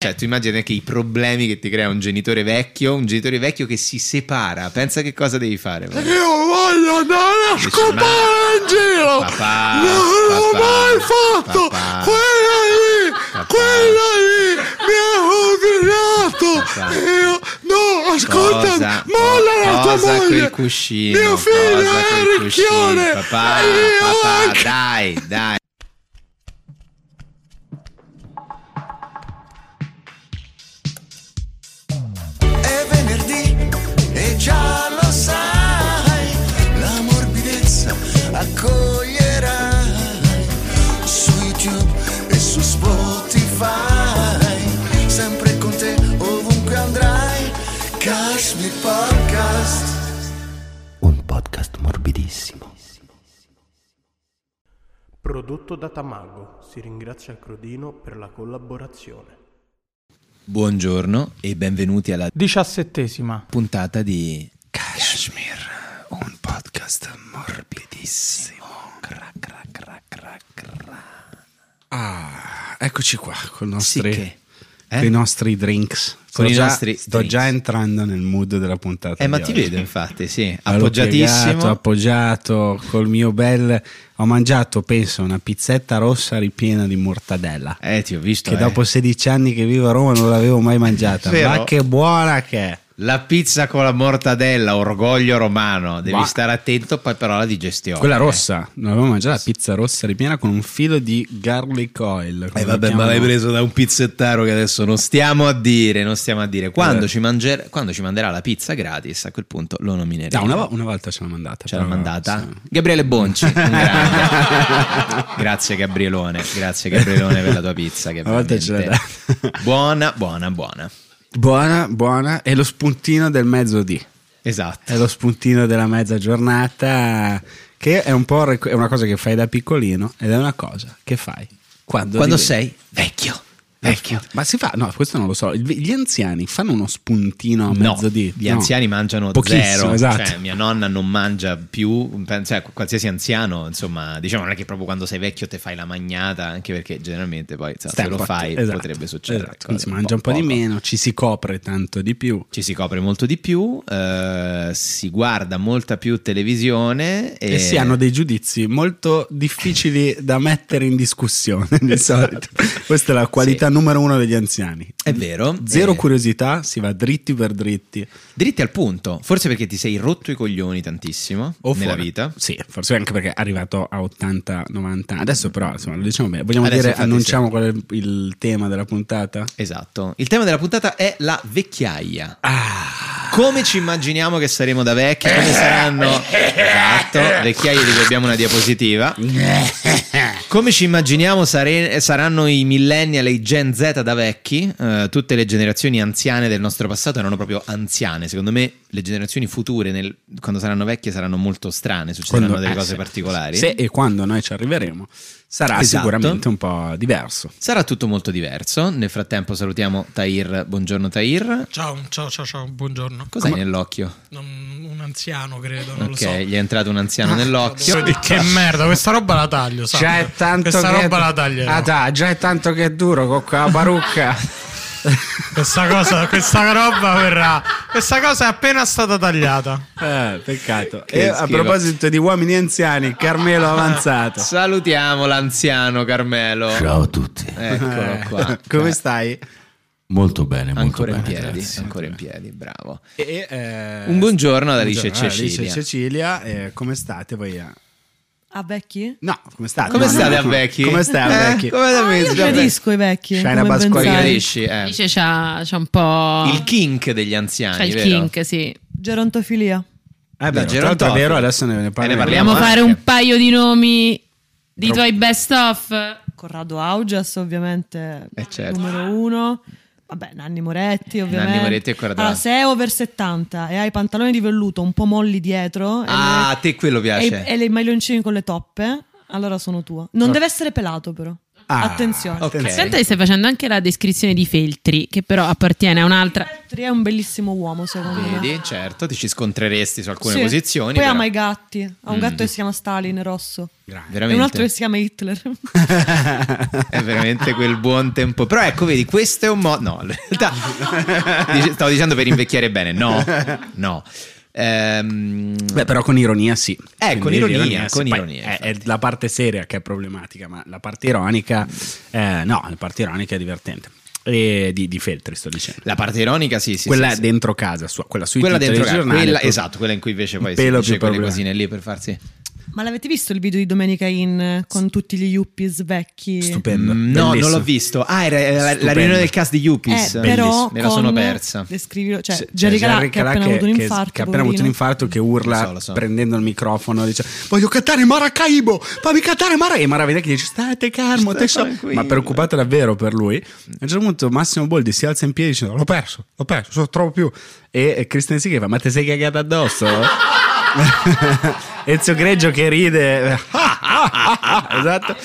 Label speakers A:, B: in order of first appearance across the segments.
A: Cioè, tu immagini anche i problemi che ti crea un genitore vecchio, un genitore vecchio che si separa. Pensa che cosa devi fare. poi.
B: Io voglio andare a
A: Dici,
B: scopare in giro!
A: Papà,
B: non l'ho
A: papà,
B: mai fatto!
A: papà.
B: quella lì!
A: Papà.
B: Quella lì! Mi ha rovinato!
A: Papà.
B: Io, no, ascolta!
A: Cosa-
B: Molla la tua
A: cosa
B: moglie!
A: quel cuscino?
B: Mio figlio
A: cosa
B: è
A: quel cuscino?
B: ricchione!
A: Papà,
B: e io
A: papà,
B: anche-
A: dai, dai.
C: È venerdì e già lo sai, la morbidezza accoglierai su YouTube e su Spotify, sempre con te ovunque andrai, Kashmir Podcast.
D: Un podcast morbidissimo.
E: Prodotto da Tamago, si ringrazia Crodino per la collaborazione.
A: Buongiorno e benvenuti alla
F: Diciassettesima.
A: puntata di Kashmir, un podcast morbidissimo.
B: Ah, eccoci qua con i
A: Sì
B: nostri,
A: che... Eh?
B: con i nostri drinks. Sto
A: i
B: già-
A: nostri
B: sto
A: drinks.
B: già entrando nel mood della puntata.
A: Eh, ma
B: di
A: ti
B: oggi.
A: vedo infatti, sì,
B: Allora,
A: appoggiatissimo.
B: piegato, appoggiato col mio bel. Ho mangiato, penso, una pizzetta rossa ripiena di mortadella.
A: eh, ti ho visto.
B: Che
A: eh.
B: dopo 16 anni che vivo a Roma non l'avevo mai mangiata.
A: Vero?
B: Ma che buona che è!
A: La pizza con la mortadella, orgoglio romano, devi
B: Ma-
A: stare attento poi però alla digestione.
B: Quella
A: eh.
B: rossa, non avevo mangiata la pizza rossa ripiena con un filo di garlic oil.
A: Eh vabbè, ma l'hai preso da un pizzettaro che adesso non stiamo a dire, non stiamo a dire. Quando,
B: Eh.
A: ci, manger- quando ci manderà la pizza gratis, a quel punto lo nomineremo.
B: una, vo- una volta ce l'ha mandata.
A: Ce l'ha
B: però,
A: mandata
B: sì.
A: Gabriele Bonci. un grande. grazie Gabrielone, grazie Gabrielone per la tua pizza. Che
B: Una volta ce l'ha
A: veramente-
B: data.
A: buona, buona, buona.
B: Buona, buona. E lo spuntino del mezzodì.
A: Esatto.
B: È lo spuntino della mezza giornata, che è un po' rec- è una cosa che fai da piccolino ed è una cosa che fai quando,
A: Quando
B: diventi-
A: sei vecchio, vecchio.
B: Ma si fa, no, questo non lo so. Il- Gli anziani fanno uno spuntino a
A: No,
B: mezzodì.
A: gli
B: No.
A: anziani mangiano
B: Pochissimo,
A: zero,
B: Esatto.
A: cioè mia nonna non mangia più, pen- cioè, qualsiasi anziano, insomma, diciamo non è che proprio quando sei vecchio te fai la magnata, anche perché generalmente poi insomma, se
B: Stai
A: lo
B: un po'
A: fai
B: att- esatto,
A: potrebbe succedere.
B: esatto.
A: cose
B: Quindi si mangia un po', di
A: poco.
B: meno, ci si copre tanto di più.
A: Ci si copre molto di più, eh, si guarda molta più televisione
B: E, si hanno dei giudizi molto difficili da mettere in discussione di
A: Esatto.
B: solito. Questa è la qualità numero uno degli anziani.
A: È vero.
B: Zero
A: eh,
B: curiosità, si va dritti per dritti.
A: Dritti al punto, forse perché ti sei rotto i coglioni tantissimo
B: o
A: nella
B: fuori.
A: vita.
B: Sì, forse anche perché è arrivato a 80-90 Adesso però, insomma, lo diciamo bene. Vogliamo
A: Adesso
B: dire,
A: infatti
B: annunciamo qual è il- il tema della puntata?
A: Esatto. Il tema della puntata è la vecchiaia. Come ci immaginiamo che saremo da vecchi? Come saranno? Esatto, vecchiaia di cui abbiamo una diapositiva. Come eh. ci immaginiamo sare- saranno i millennial e i Gen Z da vecchi? Eh, tutte le generazioni anziane del nostro passato erano proprio anziane. Secondo me le generazioni future, nel- quando saranno vecchie, saranno molto strane, succederanno
B: Quando-
A: delle
B: eh,
A: cose
B: sì.
A: particolari.
B: Se e quando noi ci arriveremo sarà
A: Esatto.
B: sicuramente un po' diverso.
A: Sarà tutto molto diverso. Nel frattempo salutiamo Tahir. Buongiorno Tahir.
G: Ciao, ciao, ciao, ciao, buongiorno.
A: Cos'hai nell'occhio?
G: Non- un anziano, credo, non
A: Ok,
G: lo so.
A: gli è entrato un anziano
G: Ah,
A: nell'occhio.
G: cazzo di che merda, questa roba la taglio, sai?
A: Cioè,
G: Questa roba la taglierò.
B: Ah, dai, già è tanto che è duro con la parrucca.
G: Questa cosa, questa roba verrà. Questa cosa è appena stata tagliata.
B: Eh, peccato.
A: Che
B: e a
A: schifo.
B: proposito di uomini anziani, Carmelo avanzato.
A: Salutiamo l'anziano Carmelo.
D: Ciao a tutti.
A: Eccolo qua.
B: Come
A: Eh,
B: stai?
D: Molto bene, molto
A: Ancora in
D: bene.
A: piedi,
D: grazie.
A: ancora in piedi, bravo.
B: E, eh,
A: Un buongiorno ad Alice e
B: buongiorno ad
A: Cecilia.
B: Alice e Cecilia, eh, come state voi? eh?
H: A Ah, vecchi?
B: No, come state?
A: Come
B: No, no,
A: state
B: no,
A: a
B: come-
A: vecchi?
B: Come stai a
A: Eh,
B: vecchi?
A: Come da
H: Ah,
A: me-
H: io
A: da
H: gradisco i vecchi.
B: Shina
H: come ben
B: Pasquale
H: sai.
A: Gradisci, eh.
I: Dice c'ha, c'ha un po'.
A: Il kink degli anziani,
H: Cioè,
I: c'ha il
A: vero?
I: kink, sì.
H: Gerontofilia.
B: Eh beh, tra
A: Da
B: l'altro è
A: gerontofili.
B: vero, adesso ne, ne
A: E ne
B: parliamo.
A: parliamo.
I: Vogliamo fare
A: anche.
I: un paio di nomi di tuoi best of?
H: Corrado Augias, ovviamente.
A: Eh, certo. Eh,
H: Numero uno. Vabbè, Nanni Moretti, ovviamente.
A: Moretti e Corrado
H: Allora,
A: Augias.
H: se è over 70 e hai i pantaloni di velluto un po' molli dietro. e
A: Ah,
H: le-
A: a te quello
H: e,
A: piace.
H: e le maglioncini con le toppe, allora sono tua. Non deve essere pelato, però.
B: Ah,
H: Attenzione.
A: ok.
I: Senta che stai facendo anche la descrizione di Feltri, che però appartiene a un'altra.
H: Feltri è un bellissimo uomo, secondo me.
A: Vedi, certo, ti ci scontreresti su alcune
H: Sì.
A: posizioni.
H: Poi oh
A: però-
H: ama i gatti. Ha un
B: Mm.
H: gatto che si chiama Stalin rosso.
B: Grande.
H: E un altro che
A: Veramente,
H: si chiama Hitler.
B: Eh,
A: è veramente quel buon tempo. Però ecco, vedi, questo è un modo. No, in realtà dice- stavo dicendo per invecchiare bene. No, no. Ehm,
B: Beh, però con ironia sì.
A: Eh, con
B: Quindi
A: ironia, con
B: Poi
A: ironia,
B: è- È, la parte seria che è problematica, ma la parte ironica, eh, no, la parte ironica è divertente. E di, di Feltri sto dicendo.
A: la parte ironica, sì, sì.
B: quella
A: sì, sì.
B: dentro casa sua, quella sui
A: Quella
B: titoli
A: dentro
B: dei
A: casa,
B: giornali,
A: quella,
B: proprio-
A: esatto, quella in cui invece poi
B: un
A: si
B: pelo
A: dice
B: più
A: quelle
B: problema.
A: cosine lì per farsi.
H: Ma l'avete visto il video di Domenica In eh, con tutti gli Eh, yuppies vecchi?
B: Stupendo.
A: Mm, no,
B: bellissimo.
A: non l'ho visto. Ah, era eh, la, la
B: Stupendo.
A: riunione del cast di Yuppies.
H: Eh, però
A: Me la sono
H: con-
A: persa.
H: Descrivilo, cioè,
B: C'è- c'è
H: Jerry Calà
B: Jerry
H: che ha
B: Calà
H: appena avuto un
B: che-
H: infarto.
B: che ha appena avuto un
H: poverino.
B: infarto che urla
A: Lo so, lo so.
B: prendendo il microfono dice voglio cantare Maracaibo fammi cantare Maracaibo e Maraviglia che dice state calmo te so-"
A: tranquillo.
B: ma preoccupato davvero per lui a un certo punto Massimo Boldi si alza in piedi dicendo l'ho perso l'ho perso non trovo più e e Christian Sì che fa ma te sei cagato addosso Ezio Greggio che ride esatto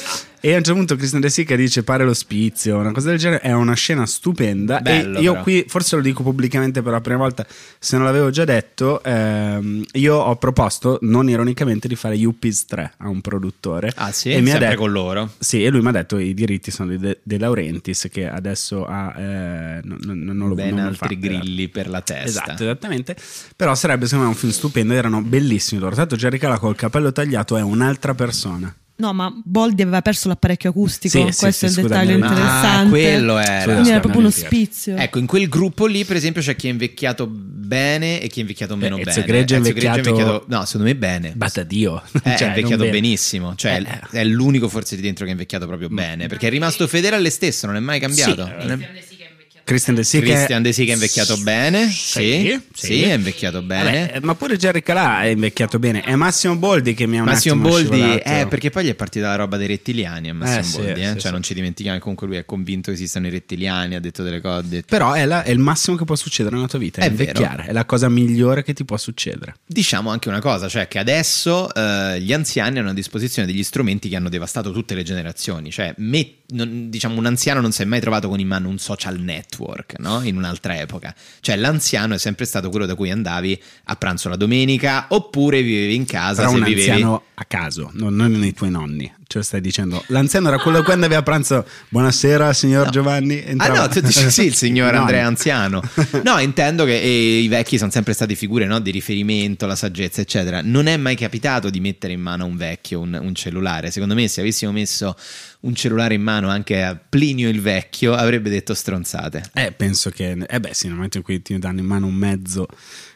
B: e a un certo punto Christian De Sica dice pare lo spizio, una cosa del genere, è una scena stupenda
A: Bello,
B: e io
A: però.
B: qui qui forse lo dico pubblicamente per la prima volta, se non l'avevo già detto, ehm, io ho proposto, non ironicamente, di fare Yuppies 3 a un produttore.
A: Ah, sì? Sempre con loro?
B: Sì, e lui mi ha detto i diritti sono di De, De Laurentiis che adesso ha... eh, non, non- non lo
A: Ben
B: non lo fa,
A: altri
B: esatto.
A: grilli per la testa.
B: Esatto, esattamente. Però sarebbe secondo me un film stupendo, erano bellissimi loro. Tanto Jerry Calà col capello tagliato è un'altra persona.
H: No, ma Boldi aveva perso l'apparecchio acustico.
B: Sì, sì,
H: questo
B: sì,
H: è il
B: scusami,
H: dettaglio
B: ma-
H: interessante.
A: Ah, quello era.
H: Quindi era proprio uno
B: Scusami.
H: spizio.
A: Ecco, in quel gruppo lì, per esempio, c'è chi è invecchiato bene e chi è invecchiato meno
B: Eh,
A: bene.
B: Ezio Greggio è invecchiato-
A: No, secondo me bene.
B: Badadio. Cioè,
A: Eh, è
B: non
A: invecchiato
B: bene.
A: benissimo, cioè
B: Eh, eh. Mm.
A: è l'unico forse di dentro che è invecchiato proprio bene, perché è rimasto fedele alle stesse, non è mai cambiato. Non
B: eh,
A: è-
B: Christian De Sica
A: Christian De Sica è invecchiato bene, sì, sì,
B: sì.
A: è invecchiato bene.
B: Vabbè, eh, ma pure Jerry Calà è invecchiato bene. È Massimo Boldi che mi ha un
A: Massimo
B: attimo
A: Boldi,
B: scivolato.
A: eh, perché poi gli è partita la roba dei rettiliani a Massimo
B: Eh, sì,
A: Boldi, eh.
B: sì,
A: cioè
B: sì.
A: non ci dimentichiamo che comunque lui è convinto che esistano i rettiliani, ha detto delle cose, ha detto-
B: Però è, la- è il massimo che può succedere nella tua vita. È,
A: È vero.
B: invecchiare. È la cosa migliore che ti può succedere.
A: Diciamo anche una cosa, cioè che adesso eh, gli anziani hanno a disposizione degli strumenti che hanno devastato tutte le generazioni, cioè me- non- diciamo un anziano non si è mai trovato con in mano un social network, no? In un'altra epoca. Cioè l'anziano è sempre stato quello da cui andavi a pranzo la domenica oppure vivevi in casa
B: Però
A: se
B: un
A: vivevi
B: anziano a caso, no- non nei tuoi nonni. Ce lo stai dicendo. L'anziano era quello che andava a pranzo. Buonasera, signor
A: No.
B: Giovanni. Entrava-
A: Ah no, tu dici sì, il signor
B: No,
A: Andrea
B: no.
A: anziano. No, intendo che eh, i vecchi sono sempre stati figure no, di riferimento, la saggezza, eccetera. Non è mai capitato di mettere in mano a un vecchio un, un cellulare. Secondo me se avessimo messo un cellulare in mano anche a Plinio il vecchio avrebbe detto stronzate.
B: Eh, penso che. Eh beh, sì, nel momento in cui ti danno in mano un mezzo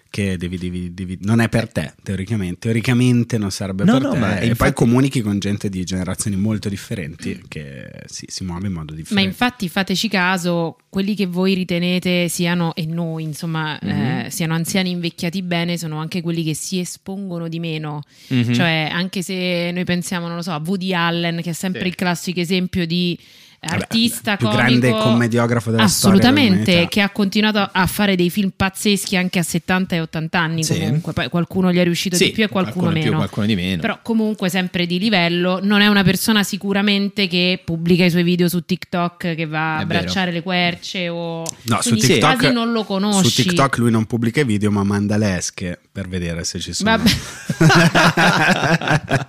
B: che devi, devi- devi- non è per te, teoricamente. Teoricamente non sarebbe
A: No,
B: per
A: no,
B: te.
A: ma
B: e
A: infatti-
B: poi comunichi con gente di generazioni molto differenti che si, si muove in modo
I: Ma
B: differente.
I: infatti fateci caso, quelli che voi ritenete siano, e noi insomma, eh, siano anziani invecchiati bene, sono anche quelli che si espongono di meno.
A: Mhm.
I: Cioè, anche se noi pensiamo, non lo so, a Woody Allen, che è sempre
A: Sì.
I: il classico esempio di artista,
B: il più
I: comico,
B: grande commediografo della storia
I: assolutamente,
B: dell'umanità.
I: che ha continuato a fare dei film pazzeschi anche a 70 e 80 anni
A: Sì.
I: comunque. Poi qualcuno gli è riuscito
A: Sì,
I: di più e qualcuno,
A: qualcuno più,
I: meno.
A: qualcuno di meno.
I: Però comunque sempre di livello, non è una persona sicuramente che pubblica i suoi video su TikTok che va a
A: È vero.
I: abbracciare le querce o
B: No, su
I: Quindi
B: TikTok,
I: quasi non lo conosci.
B: Su TikTok lui non pubblica i video, ma manda le esche per vedere se ci sono.
I: Vabbè.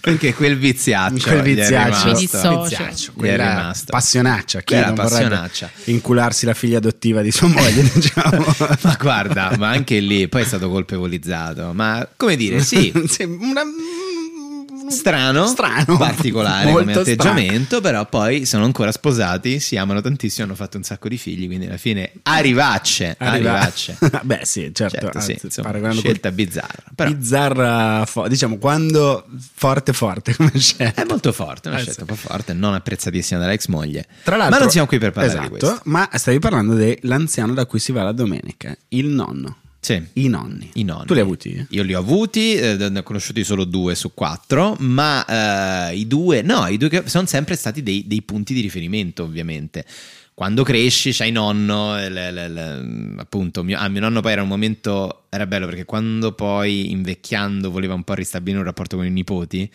A: Perché quel viziaccio,
B: Quel
A: gli è
B: viziaccio,
A: rimasto.
I: Mi dissocio.
B: viziaccio,
A: Gli
B: quella
A: è rimasto.
B: passionaccia, chi
A: Quella
B: non vorrebbe
A: passionaccia.
B: incularsi la figlia adottiva di sua moglie, diciamo.
A: Ma guarda, ma anche lì poi è stato colpevolizzato. Ma come dire, sì,
B: Sì, una-
A: strano,
B: Strano.
A: particolare
B: Molto
A: come atteggiamento, però poi sono ancora sposati, si amano tantissimo, hanno fatto un sacco di figli, quindi alla fine arrivacce,
B: Arriva-
A: arrivacce.
B: Beh, sì, certo.
A: Certo, sì,
B: anzi,
A: insomma,
B: paragonando
A: scelta
B: con-
A: bizzarra, però-
B: Bizzarra, fo- diciamo, quando forte, forte come scelta.
A: È molto forte, una
B: Eh,
A: scelta
B: sì.
A: un po' forte, non apprezzatissima dalla ex moglie.
B: Tra l'altro,
A: ma non siamo qui per parlare
B: esatto,
A: di questo.
B: Ma stavi parlando dell'anziano da cui si va la domenica, il nonno.
A: Sì.
B: I nonni.
A: I nonni.
B: Tu li hai avuti?
A: Io li ho avuti, eh, ne ho conosciuti solo due su quattro, ma eh, i due, no, i due che sono sempre stati dei, dei punti di riferimento, ovviamente. Quando cresci c'hai nonno, eh, le- le- le- appunto, mio, ah, mio nonno poi era un momento, era bello perché quando poi invecchiando voleva un po' ristabilire un rapporto con i nipoti,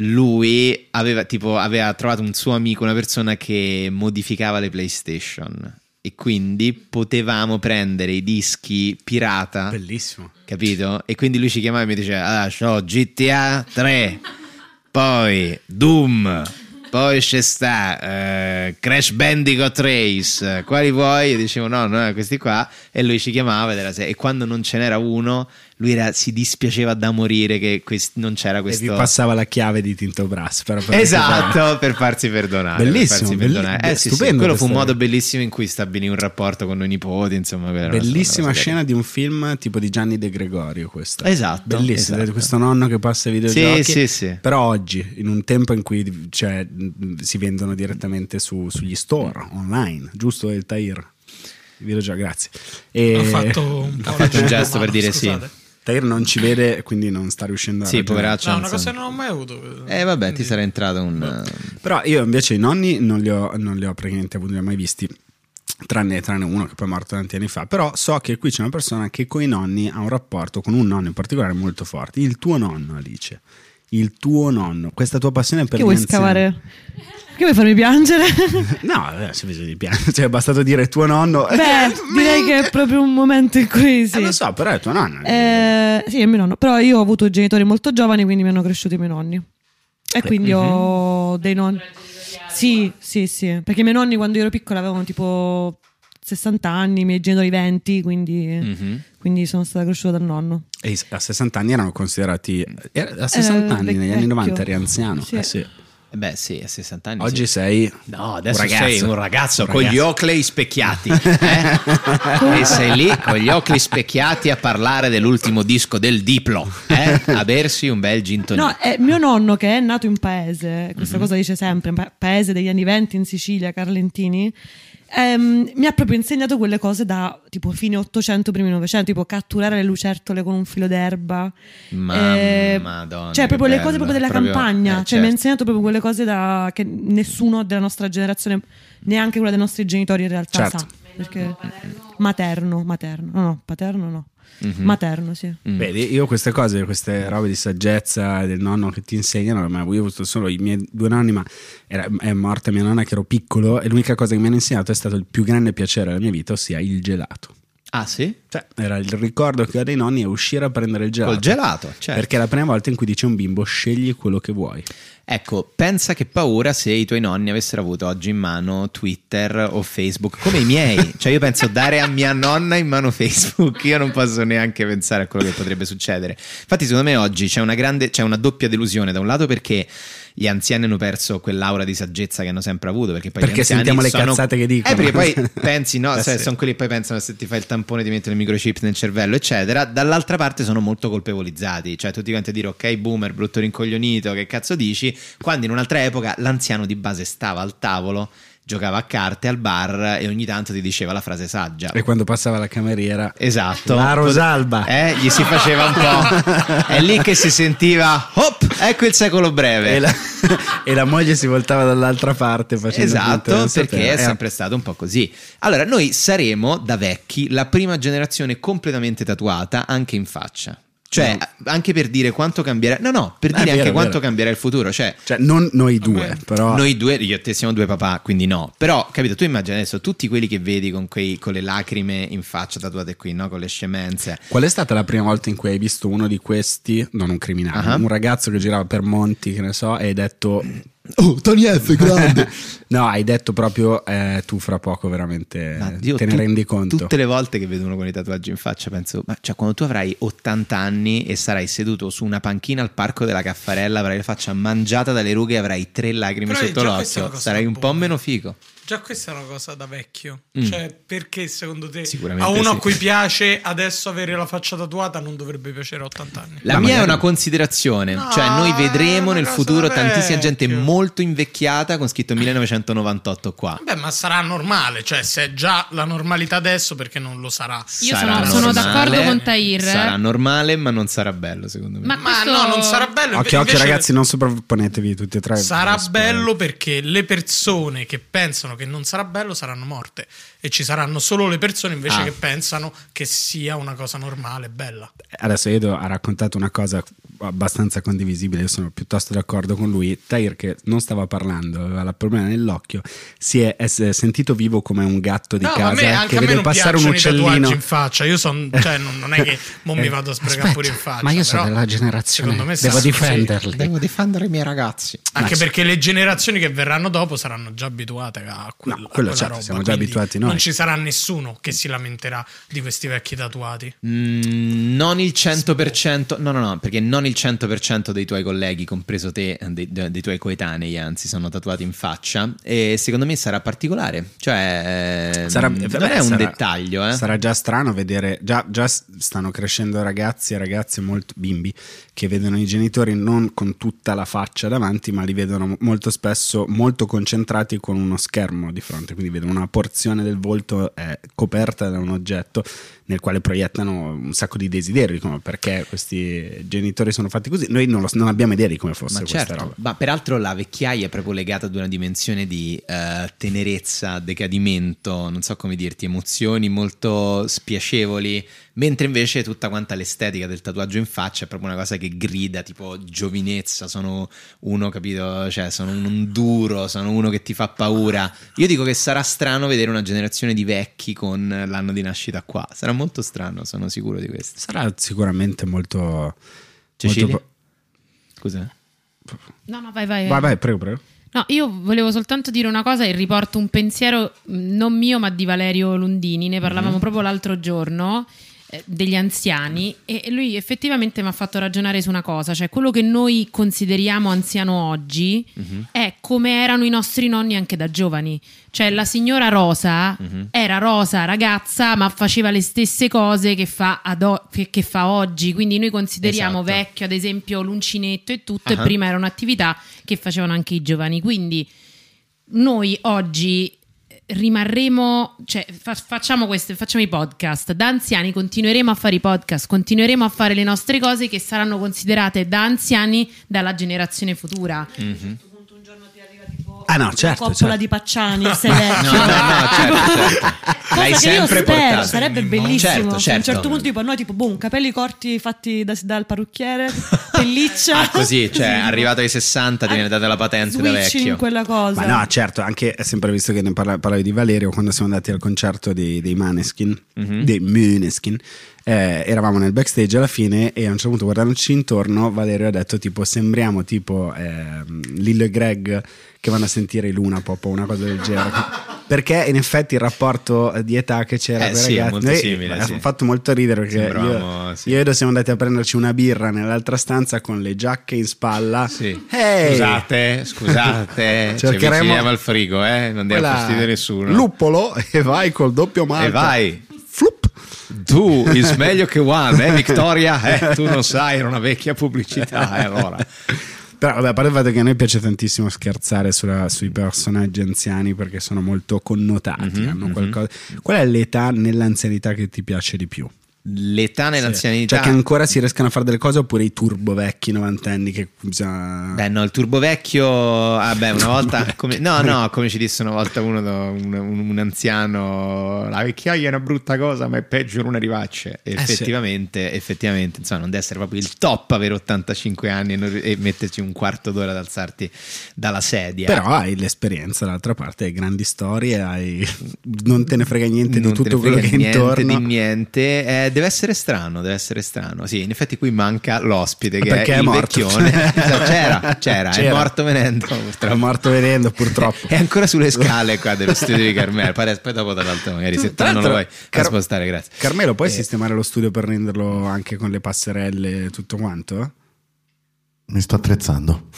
A: lui aveva, tipo, aveva trovato un suo amico, una persona che modificava le PlayStation. E quindi potevamo prendere i dischi pirata,
B: Bellissimo.
A: capito? E quindi lui ci chiamava e mi diceva: Ah, c'ho GTA 3, poi Doom, poi c'è sta eh, Crash Bandicoot Race, quali vuoi? E dicevo: No, no, questi qua. E lui ci chiamava ed era se- e quando non ce n'era uno, lui era- si dispiaceva da morire che quest- non c'era questo.
B: E vi passava la chiave di Tinto Brass. però per
A: Esatto, per farsi perdonare. per
B: Bellissimo,
A: farsi
B: belli-
A: perdonare.
B: be-
A: Eh, sì, sì,
B: stupendo
A: Quello fu
B: questa
A: un modo
B: cosa.
A: bellissimo in cui stabilì un rapporto con i nipoti, insomma. quella era una-
B: Bellissima
A: una cosa
B: scena di un film tipo di Gianni De Gregorio questa.
A: Esatto,
B: Bellissima,
A: esatto.
B: questo nonno che passa ai videogiochi.
A: Sì, sì, sì.
B: Però oggi, in un tempo in cui cioè, mh, si vendono direttamente su- sugli store, online, giusto El Tair? I videogiochi, grazie. E
G: Ho fatto un, po'
A: Ha Eh, fatto
G: la
A: un gesto per
G: mano,
A: dire sì.
G: scusate.
B: Tair non ci vede, quindi non sta riuscendo a
A: Sì,
B: ragionare.
A: poveraccio.
G: No, una cosa
A: insomma.
G: che non ho mai avuto.
A: Eh, vabbè, ti
G: Quindi-
A: sarà entrato un.
B: Però io invece i nonni non li ho, non li ho praticamente avuti, non li ho mai visti. Tranne, tranne uno che poi è morto tanti anni fa. Però so che qui c'è una persona che con i nonni ha un rapporto con un nonno in particolare molto forte. Il tuo nonno, Alice. Il tuo nonno. Questa tua passione per
H: Che
B: gli
H: vuoi
B: anziani.
H: scavare? Che vuoi farmi piangere?
B: No, adesso bisogna di piano. Cioè, è bastato dire tuo nonno.
H: Beh, direi che è proprio un momento in cui
B: Eh,
H: sì.
B: lo so, però è tuo nonno.
H: Eh, sì, è mio nonno. Però io ho avuto genitori molto giovani, quindi mi hanno cresciuto i miei nonni. E quindi ho dei nonni. Sì, sì, sì. Perché i miei nonni quando io ero piccola avevano tipo 60 anni, i miei genitori 20, quindi,
A: Mhm.
H: quindi sono stata cresciuta dal nonno.
B: E i- a 60 anni erano considerati. era- A 60
H: Eh,
B: anni, negli anni
H: vecchio.
B: 90 eri anziano.
H: Sì.
B: Eh sì.
A: Eh Beh, sì, a 60 anni.
B: Oggi
A: sì.
B: sei.
A: No, adesso
B: un ragazzo.
A: sei un ragazzo
B: Un
A: con gli oclei specchiati. eh? e sei lì con gli oclei specchiati a parlare dell'ultimo disco del Diplo, eh? a bersi un bel gin tonic.
H: No, è mio nonno che è nato in paese, questa
A: Mhm.
H: cosa dice sempre, un pa- paese degli anni venti in Sicilia, Carlentini, ehm, mi ha proprio insegnato quelle cose da tipo fine 800, primi 900, tipo catturare le lucertole con un filo d'erba.
A: Mamma
H: Eh,
A: Madonna,
H: Cioè
A: che
H: proprio le cose
A: bello.
H: proprio della
A: Proprio-
H: campagna,
A: eh,
H: cioè
A: certo.
H: mi ha insegnato proprio quelle cose da, che nessuno della nostra generazione, neanche quella dei nostri genitori in realtà
B: Certo.
H: sa. Perché materno, materno, no, no, paterno no.
A: Mhm.
H: Materno, sì.
A: Mm.
B: Vedi, io queste cose, queste robe di saggezza del nonno che ti insegnano, ma io ho avuto solo i miei due nonni, ma era- è morta mia nonna che ero piccolo e l'unica cosa che mi hanno insegnato è stato il più grande piacere della mia vita, ossia il gelato.
A: Ah, sì?
B: Cioè, era il ricordo che ho dei nonni è uscire a prendere il gelato.
A: Col gelato, certo.
B: Perché è la prima volta in cui dice a un bimbo scegli quello che vuoi.
A: Ecco, pensa che paura se i tuoi nonni avessero avuto oggi in mano Twitter o Facebook come i miei. Cioè, io penso dare a mia nonna in mano Facebook, io non posso neanche pensare a quello che potrebbe succedere. Infatti, secondo me oggi c'è una grande, c'è una doppia delusione. Da un lato, perché gli anziani hanno perso quell'aura di saggezza che hanno sempre avuto. Perché poi gli
B: Perché
A: anziani
B: sentiamo le
A: sono-
B: cazzate che dicono.
A: Eh, perché poi pensi, no,
B: Eh,
A: sai,
B: sì.
A: sono quelli che poi pensano se ti fai il tampone ti mettono i microchip nel cervello, eccetera. Dall'altra parte sono molto colpevolizzati, cioè tutti quanti a dire ok, boomer, brutto rincoglionito, che cazzo dici? Quando in un'altra epoca l'anziano di base stava al tavolo, giocava a carte al bar e ogni tanto ti diceva la frase saggia.
B: E quando passava la cameriera,
A: Esatto.
B: La Rosalba.
A: Eh, gli si faceva un po'. È lì che si sentiva, hop, ecco il secolo breve.
B: e la, e la moglie si voltava dall'altra parte facendo finta di
A: Esatto,
B: non
A: perché è
B: sapere.
A: sempre stato un po' così. Allora, noi saremo da vecchi la prima generazione completamente tatuata anche in faccia. Cioè, anche per dire quanto cambierà. No, no, per
B: Eh,
A: dire
B: vero,
A: anche
B: vero.
A: quanto cambierà il futuro. Cioè,
B: Cioè, non noi due, però
A: noi due, io e te siamo due papà, quindi no. Però, capito, tu immagini adesso tutti quelli che vedi con, quei, con le lacrime in faccia tatuate qui, no? Con le scemenze.
B: Qual è stata la prima volta in cui hai visto uno di questi, non un criminale,
A: Ah.
B: un ragazzo che girava per Monti, che ne so, e hai detto...
C: Oh, Tony F, grande.
B: No, hai detto proprio eh, tu fra poco veramente
A: Ma Dio,
B: Eh, te ne
A: tu-
B: rendi conto.
A: Tutte le volte che vedo uno con i tatuaggi in faccia penso, ma cioè, quando tu avrai 80 anni e sarai seduto su una panchina al parco della Caffarella, avrai la faccia mangiata dalle rughe e avrai tre lacrime
G: Però
A: sotto
G: già questa è una
A: l'occhio,
G: cosa
A: sarai un po'
G: buona.
A: meno figo.
G: Già questa è una cosa da vecchio.
A: Mm.
G: Cioè, perché secondo te
A: Sicuramente
G: a uno
A: sì.
G: a cui piace adesso avere la faccia tatuata non dovrebbe piacere a 80 anni?
A: La
B: Ma
A: mia è
B: magari-
A: una considerazione, cioè noi
G: è
A: vedremo
G: una
A: nel
G: cosa
A: futuro
G: da
A: tantissima gente
G: vecchio.
A: molto invecchiata con scritto 1998 qua.
G: Beh, ma sarà normale, cioè se è già la normalità adesso perché non lo sarà.
I: Io
A: Sarà
I: sono- sono
A: normale,
I: d'accordo con Tahir. eh.
A: Sarà normale, ma non sarà bello, secondo me.
I: Ma,
G: Ma
I: questo-
G: no, non sarà bello.
B: Occhio, occhio
G: invece-
B: ragazzi, non sovrapponetevi tutti e tre.
G: Sarà
B: Spoiler.
G: bello perché le persone che pensano che non sarà bello saranno morte e ci saranno solo le persone invece
A: Ah.
G: che pensano che sia una cosa normale, bella.
B: Adesso Edo ha raccontato una cosa abbastanza condivisibile, io sono piuttosto d'accordo con lui. Tahir che non stava parlando, aveva la problema nell'occhio, si è, è sentito vivo come un gatto di
G: No,
B: casa
G: a me, anche
B: che
G: a me
B: vede
G: non
B: passare un
G: piacciono i tatuaggi
B: uccellino.
G: in faccia. Io son, cioè, non, non è che non mi vado a sprecare
F: Aspetta,
G: pure in faccia.
F: Ma io sono
G: però,
F: della generazione,
G: secondo me
F: devo
G: sarà così.
F: difenderli.
A: difendere i miei ragazzi.
G: Anche
B: Ma-
G: perché le generazioni che verranno dopo saranno già abituate a quella,
B: No, quello
G: a quella
B: certo,
G: roba,
B: siamo già
G: quindi
B: abituati noi.
G: Non ci sarà nessuno che si lamenterà di questi vecchi tatuati.
A: Mm, non il 100%, no, no, no, perché non il 100% dei tuoi colleghi, compreso te, eh, dei, de- dei tuoi coetanei, anzi, sono tatuati in faccia. E secondo me sarà particolare. Cioè, ehm,
B: Sarà-
A: non
B: vabbè,
A: è un
B: sarà-
A: dettaglio, eh.
B: Sarà già strano vedere, già, già s- stanno crescendo ragazzi e ragazze molto bimbi che vedono i genitori non con tutta la faccia davanti, ma li vedono mo- molto spesso molto concentrati con uno schermo di fronte, quindi vedono una porzione del volto eh, coperta da un oggetto nel quale proiettano un sacco di desideri, dicono perché questi genitori sono fatti così, noi non, lo s- non abbiamo idea di come fosse
A: Ma
B: questa
A: certo,
B: roba.
A: ma peraltro la vecchiaia è proprio legata ad una dimensione di eh, tenerezza, decadimento, non so come dirti, emozioni molto spiacevoli, mentre invece tutta quanta l'estetica del tatuaggio in faccia è proprio una cosa che grida tipo giovinezza, sono uno, capito, cioè sono un duro, sono uno che ti fa paura. Io dico che sarà strano vedere una generazione di vecchi con l'anno di nascita qua, sarà molto strano, sono sicuro di questo.
B: Sarà sicuramente molto...
A: Cecilia?
B: molto
A: Scusa.
I: No, no, vai, vai.
B: pro- Vai, vai, prego, prego.
I: No, io volevo soltanto dire una cosa e riporto un pensiero mh, non mio ma di Valerio Lundini, ne parlavamo proprio l'altro giorno eh, degli anziani e e lui effettivamente mi ha fatto ragionare su una cosa, cioè quello che noi consideriamo anziano oggi è come erano i nostri nonni anche da giovani, cioè la signora Rosa era Rosa ragazza ma faceva le stesse cose che fa, ad o- che- che fa oggi, quindi noi consideriamo
A: Esatto.
I: vecchio ad esempio l'uncinetto e tutto
A: Ah.
I: e prima era un'attività che facevano anche i giovani. Quindi noi oggi eh, rimarremo, cioè fa- facciamo, queste, facciamo i podcast, da anziani continueremo a fare i podcast, continueremo a fare le nostre cose che saranno considerate da anziani dalla generazione futura.
H: un giorno ti arriva tipo
B: Ah, no, certo,
H: coppola
B: certo.
H: di Pacciani sei vecchio.
A: No, no, no, certo, certo.
H: Cosa
A: L'hai
H: che io
A: sempre
H: spero,
A: portato.
H: sarebbe
A: No,
H: bellissimo.
A: certo,
H: Cioè, A un
A: certo.
H: certo punto, tipo, noi, tipo, boom, capelli corti fatti da- dal parrucchiere, pelliccia.
A: Ah, così, cioè,
H: tipo.
A: arrivato ai 60 ti
H: Ah,
A: viene data la patente da
H: switch in
A: vecchio.
H: quella cosa.
B: Ma no, certo, anche sempre visto che ne parla- parlavi di Valerio, quando siamo andati al concerto dei, dei Maneskin,
A: Mhm.
B: dei Maneskin, eh, eravamo nel backstage alla fine e a un certo punto guardandoci intorno, Valerio ha detto tipo sembriamo tipo ehm, Lillo e Greg che vanno a sentire i Luna Pop o una cosa del genere. Perché in effetti il rapporto di età che c'era
A: Eh,
B: per i
A: sì, è
B: ragazzi
A: molto
B: noi-
A: simile,
B: ha
A: sì.
B: fatto molto ridere perché
A: Sembravamo,
B: io,
A: sì.
B: io e Edo siamo andati a prenderci una birra nell'altra stanza con le giacche in spalla.
A: Sì.
B: Ehi!
A: Scusate, scusate, Cioè, ci avviciniamo al frigo, eh, non diamo
B: Quella-
A: fastidio a nessuno.
B: Luppolo e vai col doppio malto.
A: E vai.
B: Flup.
A: Tu is meglio che one, eh, Victoria? Eh, tu non sai, era una vecchia pubblicità, eh, allora.
B: Però vabbè, a parte il fatto che a noi piace tantissimo scherzare sulla- sui personaggi anziani perché sono molto connotati,
A: Mhm,
B: hanno qualcosa. Qual è l'età nell'anzianità che ti piace di più?
A: L'età nell'anzianità...
B: Cioè che ancora si riescano a fare delle cose oppure i turbo vecchi novantenni che bisogna...
A: Beh, no, il turbo vecchio. Vabbè, una volta. Come, no, no, come ci disse una volta uno, da- un, un- un anziano. La vecchiaia è una brutta cosa, ma è peggio una rivacce. E
B: sì.
A: effettivamente, effettivamente, insomma, non deve essere proprio il top avere 85 anni e, non ri- e metterci un quarto d'ora ad alzarti dalla sedia.
B: Però hai l'esperienza dall'altra parte, hai grandi storie, hai... non te ne frega niente
A: Non
B: di
A: te ne
B: tutto
A: frega
B: quello che è
A: niente
B: intorno.
A: di niente. Eh, deve essere strano, deve essere strano. Sì, in effetti qui manca l'ospite che
B: Perché
A: è,
B: è
A: il
B: morto.
A: vecchione. Cioè, c'era, c'era, è
B: C'era.
A: morto venendo,
B: Tra
A: purtroppo.
B: morto vedendo purtroppo.
A: È ancora sulle scale qua dello studio di Carmelo. Pare- Poi dopo dall'alto magari se
B: Tra
A: te non lo
B: l'altro,
A: vuoi
B: Car-
A: spostare, grazie.
B: Carmelo, puoi
A: Eh.
B: sistemare lo studio per renderlo anche con le passerelle e tutto quanto?
D: Mi sto attrezzando.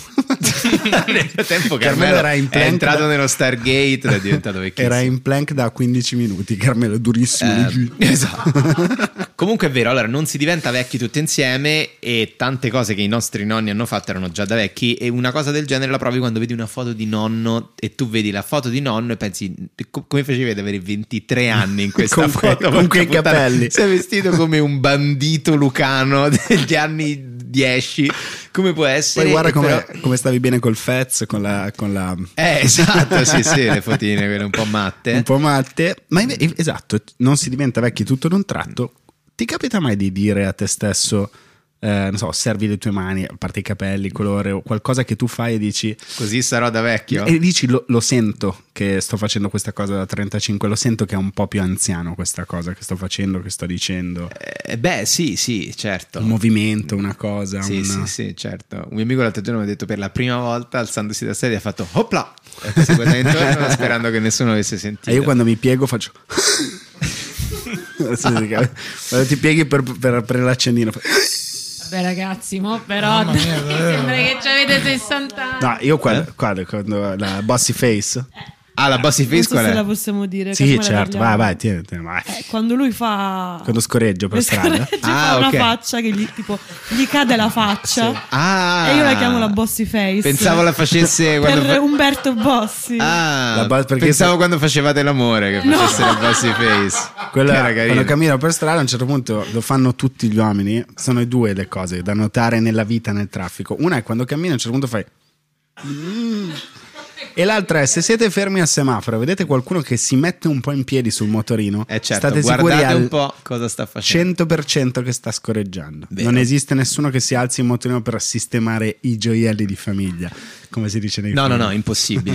A: Nel frattempo
B: Carmelo
A: Carmelo,
B: era in
A: è
B: plank
A: entrato
B: da-
A: nello Stargate ed è diventato vecchissimo.
B: Era in plank da 15 minuti, Carmelo, durissimo.
A: Eh, esatto. Comunque è vero, allora non si diventa vecchi tutti insieme e tante cose che i nostri nonni hanno fatto erano già da vecchi e una cosa del genere la provi quando vedi una foto di nonno e tu vedi la foto di nonno e pensi "Co- come facevi ad avere 23 anni in questa
B: Con que-
A: foto?
B: con quei
A: Porca puttana,
B: capelli."
A: Sei vestito come un bandito lucano degli anni 10, come può essere.
B: Poi guarda
A: e però-
B: come, come stavi bene col Fez, con la... Con la
A: Eh, esatto, sì, sì, le fotine, quelle un po' matte.
B: Un po' matte. Ma inve- esatto, non si diventa vecchi tutto d'un tratto. Ti capita mai di dire a te stesso, eh, non so, servi le tue mani, a parte i capelli, il colore o qualcosa che tu fai e dici...
A: Così sarò da vecchio.
B: E dici lo, lo sento che sto facendo questa cosa da 35, lo sento che è un po' più anziano questa cosa che sto facendo, che sto dicendo.
A: Eh, beh, sì, sì, certo.
B: Un movimento, una cosa.
A: Sì,
B: un-
A: sì, sì, certo. Un mio amico l'altro giorno mi ha detto per la prima volta, alzandosi da sedia, ha fatto hopla! E si è guardato intorno sperando che nessuno avesse sentito.
B: E io quando mi piego faccio... Sì, sì, cap- quando ti pieghi per, per, per l'accendino. fai-
I: Vabbè, ragazzi, mo però
G: Mamma mia,
I: dai,
G: davvero.
I: sembra che ci avete 60 anni.
B: No, io qua, qua, quando la bossy face.
A: Ah, la Bossy Face
H: Non so
A: qual
H: se
A: è?
H: la possiamo dire. casomai Eh,
B: Sì,
H: la
B: certo, vai,
H: tagliamo.
B: vai, tieni, tieni, vai.
H: Eh, quando lui fa.
B: Quando scoreggio per
H: le
B: strada.
H: scorregge,
A: Ah,
H: fa
A: ok.
H: una faccia che gli, tipo, gli cade la faccia.
A: Ah,
H: E io la chiamo la Bossy Face.
A: Pensavo la facesse quando...
H: Per
A: fa-
H: Umberto Bossi.
A: Ah,
B: La bo- perché
A: pensavo
B: se-
A: quando facevate l'amore che
H: No.
A: facesse la Bossy Face.
B: Quella-
A: Che era carina.
B: quando cammino per strada a un certo punto lo fanno tutti gli uomini. Sono due le cose da notare nella vita, nel traffico. Una è quando cammini a un certo punto fai... "Mm". E l'altra è se siete fermi al semaforo, vedete qualcuno che si mette un po' in piedi sul motorino,
A: Eh, certo,
B: state sicuri
A: guardate
B: al
A: un po' cosa sta facendo.
B: 100% che sta scorreggiando.
A: Vero.
B: Non esiste nessuno che si alzi in motorino per sistemare i gioielli di famiglia, come si dice nei
A: No, no,
B: film.
A: no, impossibile,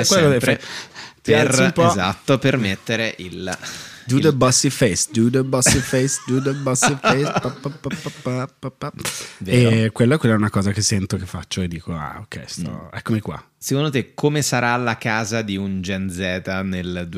B: Esatto, quello- quello
A: sempre
B: che fai. Ti alzi un
A: per,
B: po'.
A: esatto, per mettere il...
B: Do the bossy face, do the bossy face, do the bossy face. pa, pa, pa, pa, pa, pa, pa.
A: Vero.
B: E quella, quella è una cosa che sento che faccio e dico, ah ok, sto-
A: Mm.
B: eccomi qua.
A: Secondo te come sarà la casa di un Gen Z nel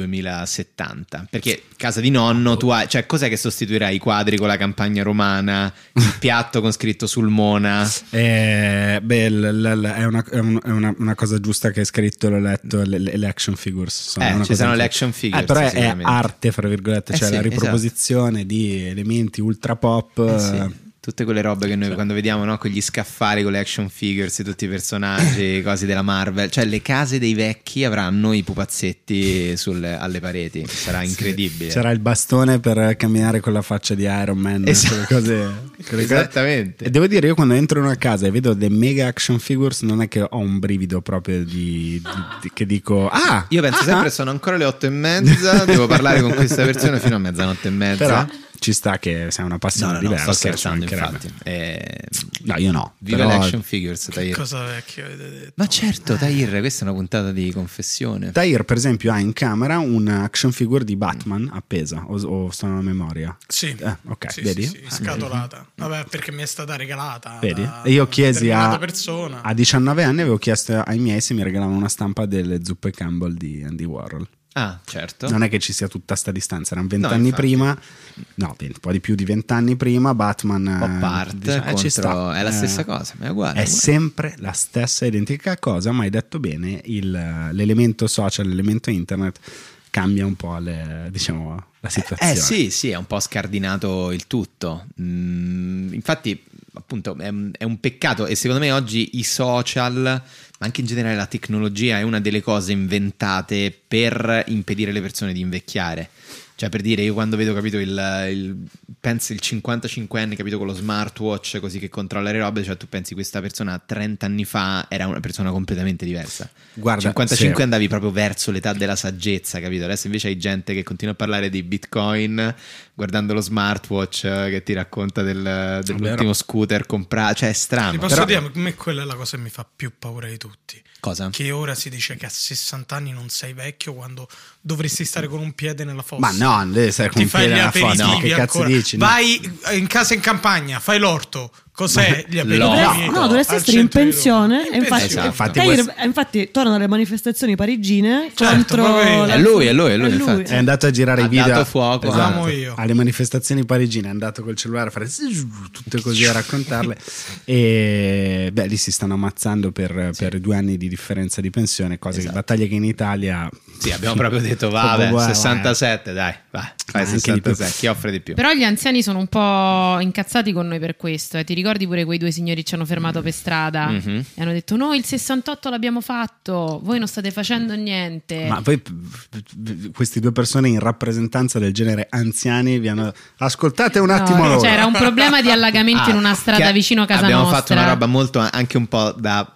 A: 2070? Perché casa di nonno tu hai, cioè cos'è che sostituirà i quadri con la campagna romana, il piatto con scritto sul mona?
B: Eh, beh, l- l- l- è, una, è un- è una- una cosa giusta che hai scritto, l'ho letto, le, le- le action figures. sono
A: Eh,
B: una
A: ci
B: cosa giusta.
A: saranno le action figures,
B: Eh, però è- è
A: sicuramente.
B: arte, fra virgolette,
A: Eh
B: cioè
A: sì,
B: la riproposizione di elementi ultra pop.
A: Eh sì,
B: eh,
A: Tutte quelle robe che noi
B: cioè.
A: quando vediamo no, con gli scaffali, con le action figures, di tutti i personaggi, cose della Marvel, cioè le case dei vecchi avranno i pupazzetti sul- alle pareti, sarà incredibile.
B: C'era il bastone per camminare con la faccia di Iron Man.
A: Esatto.
B: quelle cose- quelle cose-
A: Esattamente.
B: E devo dire, io quando entro in una casa e vedo dei mega action figures, non è che ho un brivido proprio di, di- di- che dico, ah,
A: Io penso
B: ah,
A: sempre sono ancora le otto e mezza, devo parlare con questa persona fino a mezzanotte e mezza.
B: Però ci sta che sei una
A: No,
B: passione
A: no, no,
B: diversa.
A: sto
B: ci
A: scherzando,
B: mancherebbe.
A: infatti. Eh,
B: No, io no.
A: viva
B: però-
A: le action figures, Tahir.
G: Cosa vecchia avete detto?
A: Ma certo, Tahir, questa è una puntata di confessione.
B: Tahir, per esempio, ha in camera un'action figure di Batman appesa, o, o sono a memoria.
G: Sì,
B: Eh, ok,
G: Sì,
B: vedi?
G: sì, sì, scatolata. Vabbè, perché mi è stata regalata.
B: Vedi?
G: da
B: E io chiesi
G: una Ah, determinata
B: a,
G: persona.
B: a 19 anni, avevo chiesto ai miei se mi regalavano una stampa delle zuppe Campbell di Andy Warhol.
A: Ah, certo.
B: Non è che ci sia tutta sta distanza, erano 20
A: No,
B: anni
A: infatti.
B: prima, no, 20, poi di più di 20 anni prima, Batman...
A: Pop art
B: dice, "Eh, ci
A: contro-
B: sta,
A: è la
B: eh,
A: stessa cosa, ma è uguale,
B: È
A: uguale.
B: sempre la stessa identica cosa, ma hai detto bene, il- l'elemento social, l'elemento internet cambia un po' le- diciamo, la situazione.
A: Eh sì, sì, è un po' scardinato il tutto. Mm, infatti, appunto, è, un- è un peccato e secondo me oggi i social, ma anche in generale la tecnologia, è una delle cose inventate per impedire alle persone di invecchiare. Cioè, per dire, io quando vedo, capito, il, il- penso il 55enne, capito, con lo smartwatch così che controlla le robe, cioè tu pensi questa persona 30 anni fa era una persona completamente diversa.
B: Guarda,
A: 55
B: sì.
A: andavi proprio verso l'età della saggezza, capito? Adesso invece hai gente che continua a parlare di Bitcoin guardando lo smartwatch eh, che ti racconta del- dell'ultimo
B: Vero.
A: scooter comprato, cioè è
G: Ti
A: strano.
G: posso
A: Però-
G: dire, a me quella è la cosa che mi fa più paura di tutti.
A: cosa?
G: Che ora si dice che a 60 anni non sei vecchio quando dovresti stare con un piede nella fossa.
B: Ma no, non devi stare con
G: ti
B: un
G: fai
B: piede
G: gli
B: nella
G: aperitivi
B: fossa, no, che cazzo
G: ancora.
B: dici? No.
G: Vai eh, in casa in campagna, fai l'orto. Cos'è gli aperitivi?
A: Dovresti-
H: No, dovresti
G: Al
H: essere in
G: centro di
H: pensione.
G: Roma.
H: E infatti,
A: pensione.
H: Tahir-
B: Esatto. Infatti questo-
H: eh, infatti tornano alle manifestazioni parigine
G: Certo,
H: contro.
G: proprio-
H: la-
A: È lui, è lui, è lui, infatti.
B: È andato a girare
A: Ha
B: i video
A: dato fuoco.
B: Esatto.
G: Amo io.
B: alle manifestazioni parigine, è andato col cellulare a fare zzzz, tutte così a raccontarle e beh, lì si stanno ammazzando per, per due anni di differenza di pensione, cose che battaglie che in Italia eh.
A: Sì, Esatto. abbiamo proprio detto,
B: Proprio
A: vabbè,
B: guarda,
A: 67, dai, va.
B: guarda.
A: fai
B: Ma anche di più.
A: 66, chi offre di più?
I: Però gli anziani sono un po' incazzati con noi per questo. eh. Ti ricordi pure quei due signori che ci hanno fermato per strada
A: Mhm.
I: e hanno detto: Noi il 68 l'abbiamo fatto, voi non state facendo niente.
B: Ma poi p- p- queste due persone in rappresentanza del genere anziani vi hanno. Ascoltate un
I: No,
B: attimo loro.
I: cioè, era un problema di allagamento
A: Ah,
I: in una strada
A: che
I: vicino a casa
A: abbiamo
I: nostra.
A: fatto una roba molto anche un po' da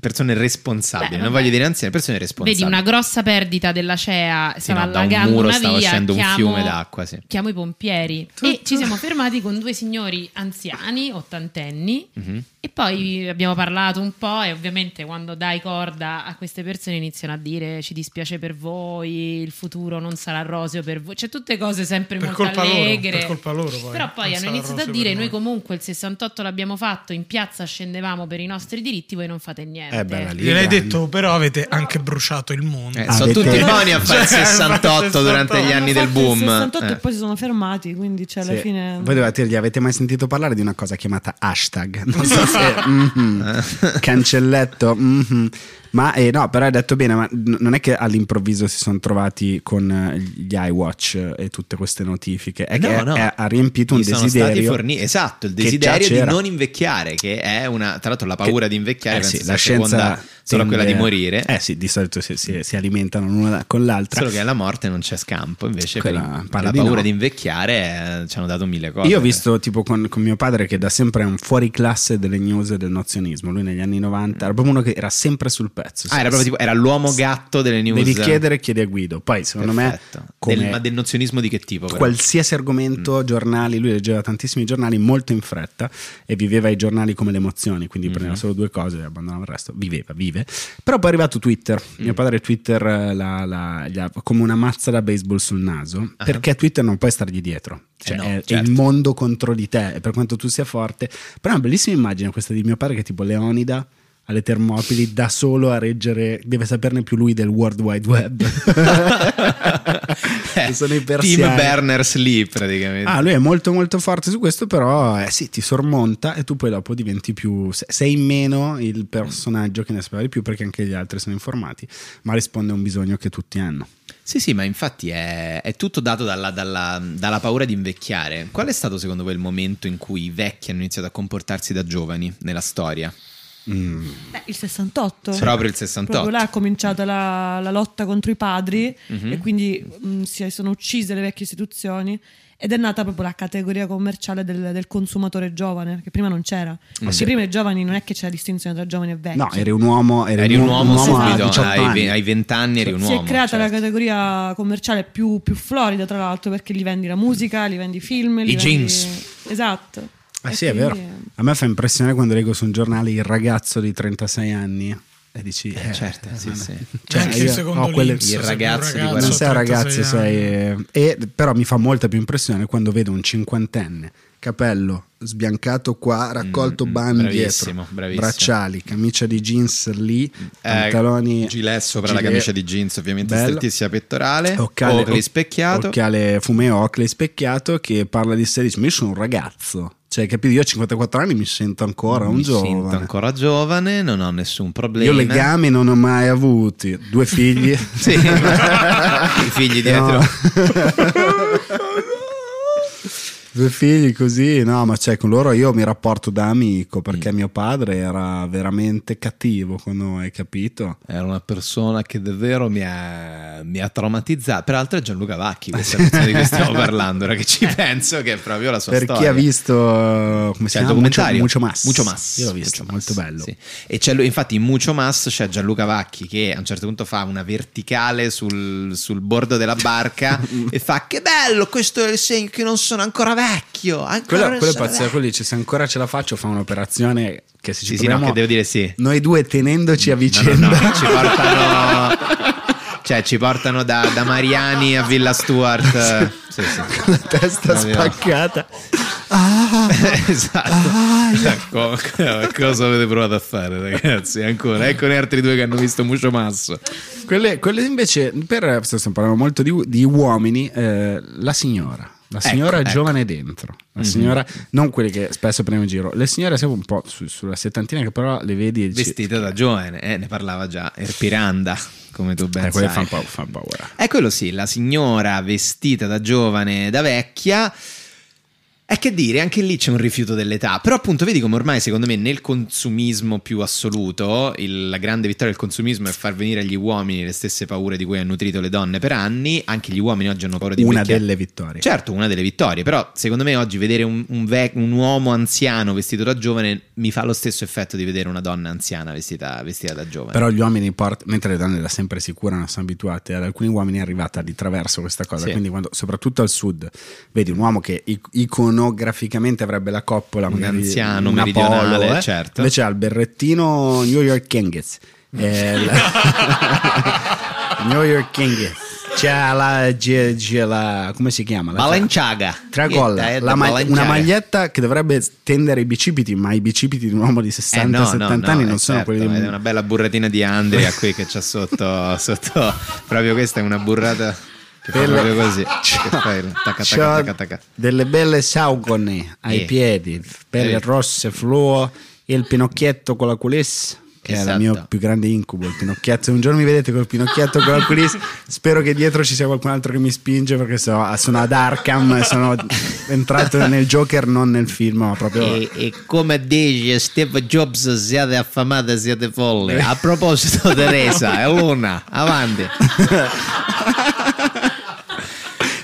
A: persone responsabili.
I: Beh,
A: non
I: vabbè.
A: voglio dire anziane, persone
I: Vedi
A: responsabili.
I: una grossa perdita della CEA,
A: Sì,
I: stava
A: no, da un
I: allagando
A: muro
I: una
A: stava
I: via,
A: uscendo un
I: chiamo-
A: fiume d'acqua, sì.
I: Chiamo i pompieri e ci siamo fermati con due signori anziani, ottantenni,
A: Mhm.
I: e poi abbiamo parlato un po' e ovviamente quando dai corda a queste persone iniziano a dire ci dispiace per voi, il futuro non sarà roseo per voi, cioè tutte cose sempre
G: Per
I: molto
G: colpa loro,
I: allegre.
G: per colpa loro poi,
I: Però poi
G: non
I: hanno
G: sarà
I: iniziato a
G: roseo
I: dire
G: per
I: noi
G: noi."
I: comunque il 68 l'abbiamo fatto, in piazza scendevamo per i nostri diritti, voi non fate niente.
B: Eh, bella lì.
G: Gliel'hai
B: grande.
G: detto, però avete anche bruciato il mondo.
A: Eh,
B: Ah,
A: sono
B: avete-
A: tutti buoni a fare il
G: Cioè,
A: 68 durante gli
H: Hanno
A: anni
H: fatto
A: del
H: il
A: boom.
H: 68 e
A: Eh.
H: poi si sono fermati, quindi cioè, alla
B: Sì.
H: fine...
B: Voi dovete dirgli, avete mai sentito parlare di una cosa chiamata hashtag? Non so se... Mhm.
A: Eh.
B: Cancelletto. mhm. Ma eh, no, però hai detto bene, ma n- non è che all'improvviso si sono trovati con eh, gli iWatch e tutte queste notifiche, è che
A: No, no.
B: è- ha riempito un
A: Gli sono
B: desiderio.
A: stati forni- esatto, il
B: che già
A: desiderio di
B: c'era.
A: non invecchiare, che è una. Tra l'altro, la paura
B: Che-
A: di invecchiare
B: eh
A: penso
B: sì,
A: sia
B: la scienza
A: seconda solo a quella di
B: tende-
A: morire.
B: Eh sì, di solito si, si- si alimentano l'una con l'altra.
A: Solo che alla morte non c'è scampo, invece per,
B: Quella
A: per
B: parla
A: la
B: di
A: paura
B: no.
A: di invecchiare eh, ci hanno dato mille cose.
B: Io ho visto tipo con, con mio padre che da sempre è un fuori classe delle news e del nozionismo. Lui negli anni 90 era proprio uno che era sempre sul pezzo.
A: Mm. Ah, era proprio tipo- era l'uomo gatto delle news.
B: Devi chiedere, chiedi a Guido. Poi secondo
A: Perfetto.
B: me,
A: Del-
B: come
A: ma del nozionismo di che tipo? però? Mm.
B: qualsiasi argomento, giornali, lui leggeva tantissimi giornali molto in fretta e viveva i giornali come le emozioni, quindi
A: Mhm.
B: prendeva solo due cose e abbandonava il resto, viveva, vive. Però poi è arrivato Twitter,
A: Mm.
B: mio padre Twitter eh, la- la- gli ha- come una mazza da baseball sul naso, perché Twitter non puoi stargli dietro, cioè
A: Ah. no,
B: è- è,
A: certo.
B: il mondo contro di te, e per quanto tu sia forte, però è una bellissima immagine questa di mio padre che è tipo Leonida. Alle Termopili da solo a reggere, deve saperne più lui del World Wide Web.
A: Eh,
B: Sono i
A: Tim
B: persiani.
A: Berners-Lee praticamente.
B: Ah, lui è molto molto forte su questo, però eh, sì, ti sormonta e tu poi dopo diventi più... se- sei meno il personaggio che ne sapeva di più perché anche gli altri sono informati, ma risponde a un bisogno che tutti hanno.
A: Sì, sì, ma infatti è, è tutto dato dalla, dalla- dalla paura di invecchiare. Qual è stato secondo voi il momento in cui i vecchi hanno iniziato a comportarsi da giovani nella storia?
B: Mm.
H: Beh, il 68.
A: Proprio il 68.
H: Proprio là è cominciata la, la lotta contro i padri
A: Mhm.
H: e quindi mh, si sono uccise le vecchie istituzioni ed è nata proprio la categoria commerciale del, del consumatore giovane, che prima non c'era. Perché prima i giovani non è che c'è la distinzione tra giovani e vecchi.
B: No, eri un uomo... Eri,
A: Eri un uomo,
B: a
A: subito,
B: 18
A: ai, ve-
B: anni.
A: ai 20 anni eri un
H: si
A: uomo.
H: è creata la
A: certo.
H: categoria commerciale più, più florida, tra l'altro, perché li vendi la musica, li vendi i film, li
A: I
H: vendi-
A: jeans.
H: Esatto.
B: Ah
H: E
B: sì, è
H: quindi-
B: vero. A me fa impressione quando leggo su un giornale il ragazzo di 36 anni e dici... Eh,
A: certo, sì,
B: vabbè.
A: sì.
B: Cioè,
G: Anche
B: io
G: secondo
B: ho quelle-
G: l'Inps,
A: il
G: sei un
A: ragazzo di
G: ragazzo,
B: non sei un
G: 36
B: ragazzo, sei.
G: anni.
B: eh, e- però mi fa molta più impressione quando vedo un cinquantenne, capello sbiancato qua, raccolto
A: Mm,
B: ban
A: bravissimo,
B: dietro,
A: bravissimo. Eh,
B: bracciali, camicia di jeans lì, pantaloni.
A: gilet sopra la
B: gilet.
A: camicia di jeans, ovviamente
B: Bello.
A: strettissima pettorale, occhi specchiato.
B: Occhiale fumeo, occhio specchiato che parla di sé, dice, ma io sono un ragazzo. Cioè, capito? Io a 54 anni mi sento ancora un
A: Mi
B: giovane.
A: sento ancora giovane, non ho nessun problema.
B: Io legami non ho mai avuti, due figli.
A: Sì, i figli dietro.
B: No. Due figli così, no, ma cioè con loro io mi rapporto da amico
A: Mm.
B: perché mio padre era veramente cattivo con noi, capito?
A: Era una persona che davvero mi ha, mi ha traumatizzato. Peraltro è Gianluca Vacchi, questa persona di cui stiamo parlando, ora che ci penso, che è proprio la sua
B: Eh. per
A: storia.
B: chi ha visto eh, come si
A: C'è il
B: chiama
A: documentario
B: Mucho, Mucho Mas.
A: Mucho Mas.
B: Io l'ho visto,
A: Mucho
B: molto
A: Mas,
B: bello.
A: sì. E c'è lui- infatti in Mucho Mas c'è Gianluca Vacchi che a un certo punto fa una verticale sul, sul bordo della barca e fa che bello, questo è il segno che non sono ancora vecchio. Ancora
B: Quello,
A: non
B: quello è
A: sono
B: pazzesco,
A: vecchio."
B: quello dice se ancora ce la faccio fa un'operazione che se ci
A: Sì, sì, no,
B: proviamo
A: che devo dire sì.
B: noi due tenendoci a
A: No,
B: vicenda
A: no, ci portano... Cioè, ci portano da, da Mariani a Villa Stewart. Sì, sì.
B: con la testa
A: No, no.
B: spaccata.
A: esatto. Co- co- cosa avete provato a fare, ragazzi? Ancora, ecco gli altri due che hanno visto Mucho Masso.
B: Quelle, quelle invece, per, stiamo parlando molto di, di uomini, eh, la signora. La signora
A: Ecco, Mhm. ecco.
B: giovane dentro, la signora, non quelle che spesso prendono in giro, le signore siamo un po' su- sulla settantina che però le vedi e dici,
A: Vestita da giovane, eh, ne parlava già Erpiranda, come tu ben
B: eh, quelle
A: sai.
B: fanno pa- fanno paura.
A: È quello sì, la signora vestita da giovane, da vecchia. E che dire, anche lì c'è un rifiuto dell'età. Però appunto vedi come ormai secondo me nel consumismo più assoluto, il- la grande vittoria del consumismo è far venire agli uomini le stesse paure di cui hanno nutrito le donne per anni. Anche gli uomini oggi hanno paura di
B: Una
A: vecchia-
B: delle vittorie.
A: Certo, una delle vittorie, però secondo me oggi vedere un, un ve- un uomo anziano vestito da giovane mi fa lo stesso effetto di vedere una donna anziana vestita, vestita da giovane.
B: Però gli uomini port- mentre le donne da sempre sicura non sono abituate, ad alcuni uomini è arrivata di traverso questa cosa.
A: Sì.
B: Quindi, quando, soprattutto al sud, vedi un uomo che i- iconograficamente avrebbe la coppola,
A: Un
B: magari
A: anziano,
B: una
A: meridionale,
B: polo, eh,
A: certo. Mm.
B: Invece ha il berrettino New York Kings. New York Kings. C'è la, c'è- c'è la- come si chiama? La
A: Balenciaga.
B: Tracolla,
A: Niente, eh,
B: la ma- una
A: Balenciaga.
B: maglietta che dovrebbe tendere i bicipiti, ma i bicipiti di un uomo di 60-70
A: Eh, no, no, no,
B: anni
A: eh,
B: non sono
A: certo,
B: quelli di
A: È una bella burratina di Andrea qui che c'ha sotto, sotto. Proprio questa è una burrata che fa
B: Bello.
A: proprio così. Che fa il tacca,
B: C'ho
A: tacca, tacca, tacca.
B: Cioè, delle belle saugone ai
A: Eh.
B: piedi, belle
A: Eh.
B: rosse, fluo e il pinocchietto con la culisse. Che è
A: Esatto.
B: il mio più grande incubo, il pinocchietto. Se un giorno mi vedete col pinocchietto con la culisse, spero che dietro ci sia qualcun altro che mi spinge perché so- sono ad Arkham e sono entrato nel Joker, non nel film, ma proprio.
A: E, e come dice Steve Jobs, siete affamate, siete folle. A proposito, Teresa, è l'una, avanti.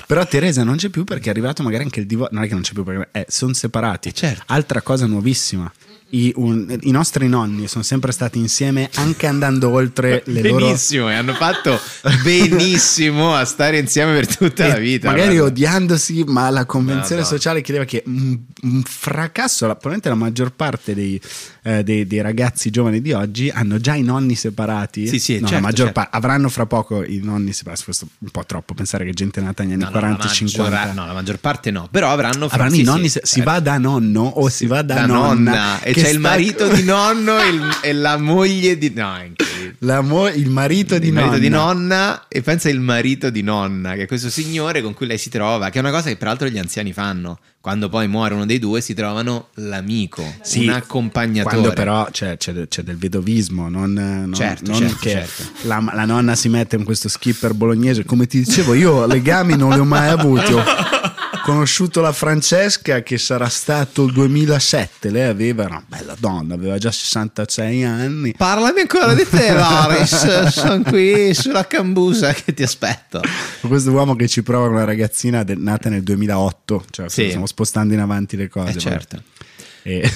B: Però Teresa non c'è più perché è arrivato magari anche il divorzio. Non è che non c'è più perché sono separati.
A: certo.
B: Altra cosa nuovissima. I, un- i nostri nonni sono sempre stati insieme anche andando oltre le loro
A: Benissimo, e hanno fatto benissimo a stare insieme per tutta la vita.
B: Eh, magari
A: guarda.
B: odiandosi, ma la convenzione
A: Madonna.
B: sociale chiedeva che un, un fracasso, la- probabilmente la maggior parte dei, eh, dei- dei ragazzi giovani di oggi hanno già i nonni separati.
A: Sì, sì,
B: No, la
A: certo,
B: maggior
A: certo.
B: pa- avranno fra poco i nonni separati. Questo è un po' troppo pensare che gente nata negli anni
A: No, no, la
B: 40
A: maggior-
B: 50.
A: No, la maggior parte no, però avranno,
B: Avranno
A: sì,
B: i nonni,
A: sì,
B: se- si
A: certo.
B: va da nonno o si va da,
A: da
B: nonna,
A: nonna, e
B: che
A: c'è il
B: sta-
A: marito di nonno e, il- e la moglie di no, è incredibile.
B: La mo- il marito di
A: il marito
B: nonna.
A: di nonna e pensa il marito di nonna che è questo signore con cui lei si trova che è una cosa che peraltro gli anziani fanno quando poi muore uno dei due si trovano l'amico
B: Sì,
A: un accompagnatore
B: Quando però c'è, c'è de- c'è del vedovismo, non, non-
A: Certo,
B: non
A: certo,
B: che
A: certo.
B: La, la nonna si mette in questo skipper bolognese. Come ti dicevo, io legami non li ho mai avuti. Ho conosciuto la Francesca che sarà stato il 2007. Lei aveva era una bella donna, aveva già 66 anni.
A: parlami ancora di te Loris sono qui sulla cambusa che ti aspetto
B: Questo uomo che ci prova con una ragazzina de- nata nel 2008, cioè
A: Sì.
B: stiamo spostando in avanti le cose.
A: eh, certo
B: E-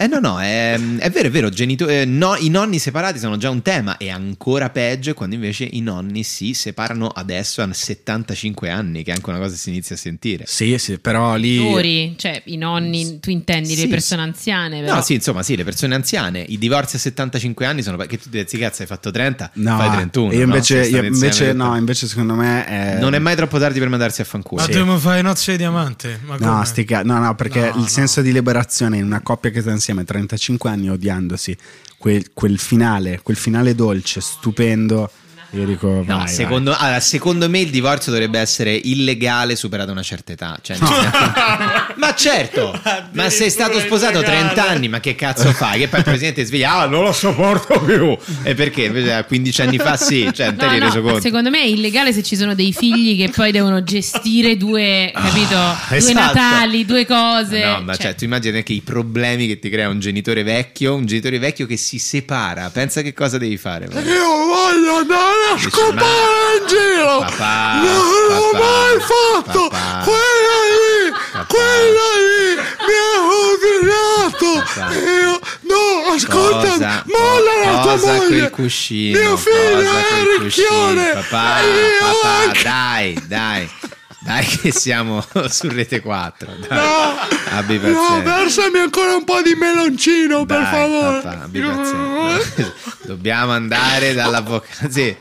A: Eh no, no, è, è vero, è vero, genito- eh, no, i nonni separati sono già un tema e ancora peggio è quando invece i nonni si separano adesso a 75 anni, che è anche una cosa che si inizia a sentire.
B: sì, sì, però lì.
I: Tori, cioè i nonni, tu intendi
B: Sì,
I: le persone anziane, però.
A: No, sì, insomma, sì, le persone anziane, i divorzi a 75 anni sono perché tu dici cazzo hai fatto 30,
B: No,
A: fai 31.
B: io
A: no?
B: invece,
A: Sei stato
B: io
A: insieme
B: invece-
A: per-
B: no, invece secondo me è-
A: Non è mai troppo tardi per mandarsi a fanculo.
G: Ma
A: Sì.
G: tu mi fai nozze di diamante? Ma
B: No,
G: come?
B: sti ca- no, no, perché
G: No,
B: il
G: no.
B: senso di liberazione in una coppia che sta insieme 35 anni odiandosi, quel, quel finale, quel finale dolce, stupendo, io dico
A: No,
B: vai,
A: secondo, allora, secondo me il divorzio dovrebbe essere illegale superata una certa età. Cioè, ma certo, ma sei stato sposato 30 anni, ma che cazzo fai? Che poi il presidente sveglia, ah, non lo sopporto più. E perché? Invece a 15 anni fa sì, cioè, non te
I: No,
A: ne
I: no,
A: reso conto.
I: secondo me è illegale se ci sono dei figli che poi devono gestire due, capito? due
A: Esatto.
I: Natali, due cose.
A: No, ma
I: cioè,
A: cioè, tu immagini anche i problemi che ti crea un genitore vecchio, un genitore vecchio che si separa. Pensa che cosa devi fare. Io voglio andare a scopare in giro. Papà, non l'ho mai fatto. Quella lì, quella lì mi ha rovinato. Io, no, ascolta, cosa, molla la tua moglie. quel cuscino. Mio figlio è ricchione. Papà, papà, dai, dai. Dai che siamo su Rete 4. Dai. Abbi pazienza.
B: versami ancora un po' di
G: Oh,
B: meloncino,
A: Dai, papà, abbi pazienza. Dobbiamo andare dall'avvocato. Sì.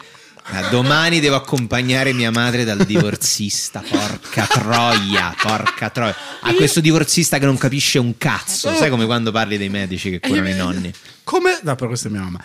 A: Ma domani devo accompagnare mia madre dal divorzista. Porca troia, porca troia. A questo divorzista che non capisce un cazzo. Sai come quando parli dei medici che curano i nonni.
B: Come? No, però questa è mia mamma.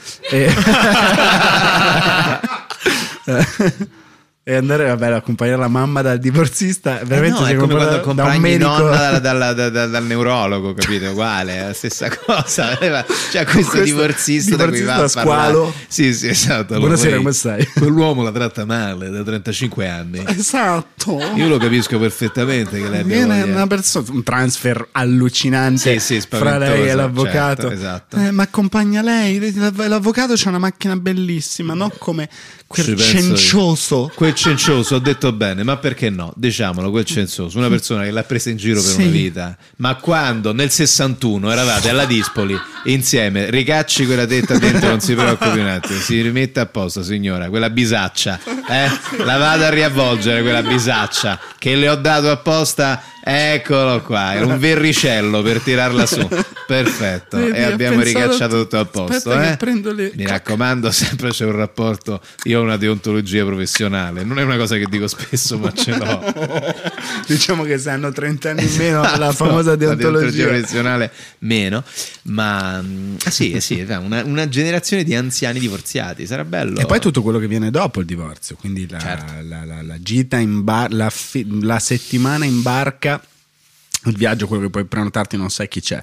B: Eh. E andare, vabbè, ad accompagnare la mamma dal divorzista.
A: Eh
B: Veramente
A: no, è
B: sei
A: come quando
B: accompagnato da un
A: accompagni
B: medico.
A: nonna dal, dal- dal- dal- dal neurologo, capito? Uguale, è la stessa cosa. Cioè, questo,
B: Questo
A: divorzista da cui va a
B: divorzista squalo.
A: parlare. Sì, sì, esatto. lo
B: Buonasera,
A: vuoi-
B: come stai?
A: Quell'uomo la tratta male da 35 anni.
B: Esatto.
A: Io lo capisco perfettamente che lei abbia
B: Viene
A: voglia.
B: una persona, un transfer allucinante
A: Sì, sì,
B: fra
A: spaventoso,
B: lei e l'avvocato.
A: certo, esatto.
B: Eh, ma accompagna lei. L'av- L'avvocato c'ha una macchina bellissima, non come
A: Ci
B: quel
A: penso io.
B: cencioso.
A: Quel cencioso, ho detto bene, ma perché no? Diciamolo, quel censoso, una persona che l'ha presa in giro per
B: Sì.
A: una vita. Ma quando nel 61 eravate alla Dispoli insieme, ricacci quella tetta dentro, non si preoccupi un attimo, si rimette a posto, signora, quella bisaccia, eh? La vado a riavvolgere quella bisaccia che le ho dato apposta. Eccolo qua, era un verricello per tirarla su. Perfetto,
B: Vedi,
A: Esatto. e
B: ho
A: abbiamo
B: pensato
A: ricacciato tutto a
B: tutto.
A: posto.
B: Aspetta che
A: eh?
B: prendo le-
A: Mi raccomando, sempre c'è un rapporto. Io ho una deontologia professionale, non è una cosa che dico spesso, ma ce l'ho.
B: diciamo che se hanno 30 anni in meno la
A: Esatto,
B: famosa deontologia.
A: professionale meno, ma mm, ah sì, eh sì, eh, una, una generazione di anziani divorziati, sarà bello.
B: E poi tutto quello che viene dopo il divorzio, quindi la,
A: Certo.
B: la- la- la gita in bar, la, fi- la settimana in barca, il viaggio, quello che puoi prenotarti, non sai chi c'è.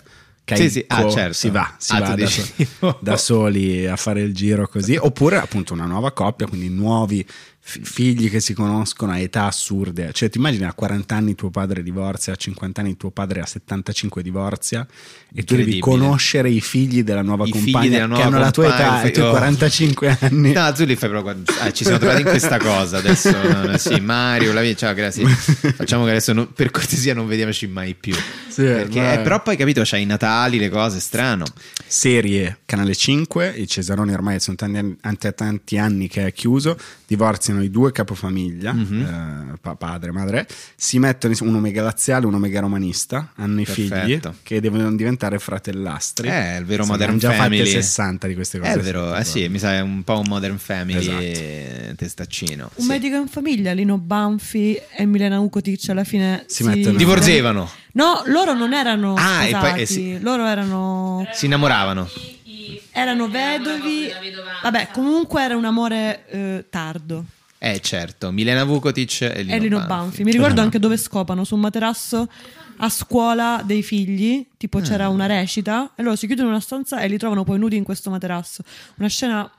A: Sì, sì, ah,
B: Caico,
A: certo.
B: Si va, si
A: Ah,
B: va
A: tu
B: da,
A: dici-
B: so- da soli a fare il giro così, oppure appunto una nuova coppia, quindi nuovi fi- figli che si conoscono a età assurde. Cioè, ti immagini a 40 anni tuo padre divorzia, a 50 anni tuo padre a 75 divorzia e tu devi
A: Incredibile.
B: conoscere i figli della nuova
A: I figli
B: compagna
A: della nuova
B: che hanno la tua
A: compagna,
B: età e tu hai
A: oh.
B: 45 anni.
A: No, tu li fai però quando- ah, ci siamo trovati in questa cosa adesso. no, no, sì, Mario, la via, ciao, grazie. Facciamo che adesso non- per cortesia non vediamoci mai più.
B: Sì,
A: Perché-
B: ma-
A: eh, però poi capito, c'hai i Natali, le cose, strano.
B: Serie, Canale 5, il Cesarone ormai sono tanti anni, tanti- tanti anni che è chiuso, divorziano i due capofamiglia,
A: Mhm.
B: eh, pa- padre e madre, si mettono ins- uno mega laziale, uno mega romanista, hanno i
A: Perfetto.
B: figli che devono diventare fratellastri.
A: Eh, il vero
B: Se ne
A: Modern
B: hanno già
A: Family.
B: fatte 60 di queste cose.
A: È vero, eh sì, mi sa è un po' un Modern Family
B: Esatto.
A: eh, testaccino.
H: Un
A: Sì.
H: medico in famiglia, Lino Banfi e Milena Ukotic alla fine
B: Si mettono-
A: Divorzevano,
H: No, loro non erano
A: Ah, e
H: sposati,
A: poi- eh, sì.
H: loro erano
A: si innamoravano.
H: erano vedovi.
I: Una vedovanza.
H: Vabbè, comunque era un amore eh, tardo.
A: Eh certo, Milena Vukotic e Lino,
H: E Lino
A: Banfi. Eh.
H: Banfi. Mi ricordo anche dove scopano, su un materasso a scuola dei figli, tipo
A: Eh.
H: c'era una recita e loro si chiudono in una stanza e li trovano poi nudi in questo materasso. Una scena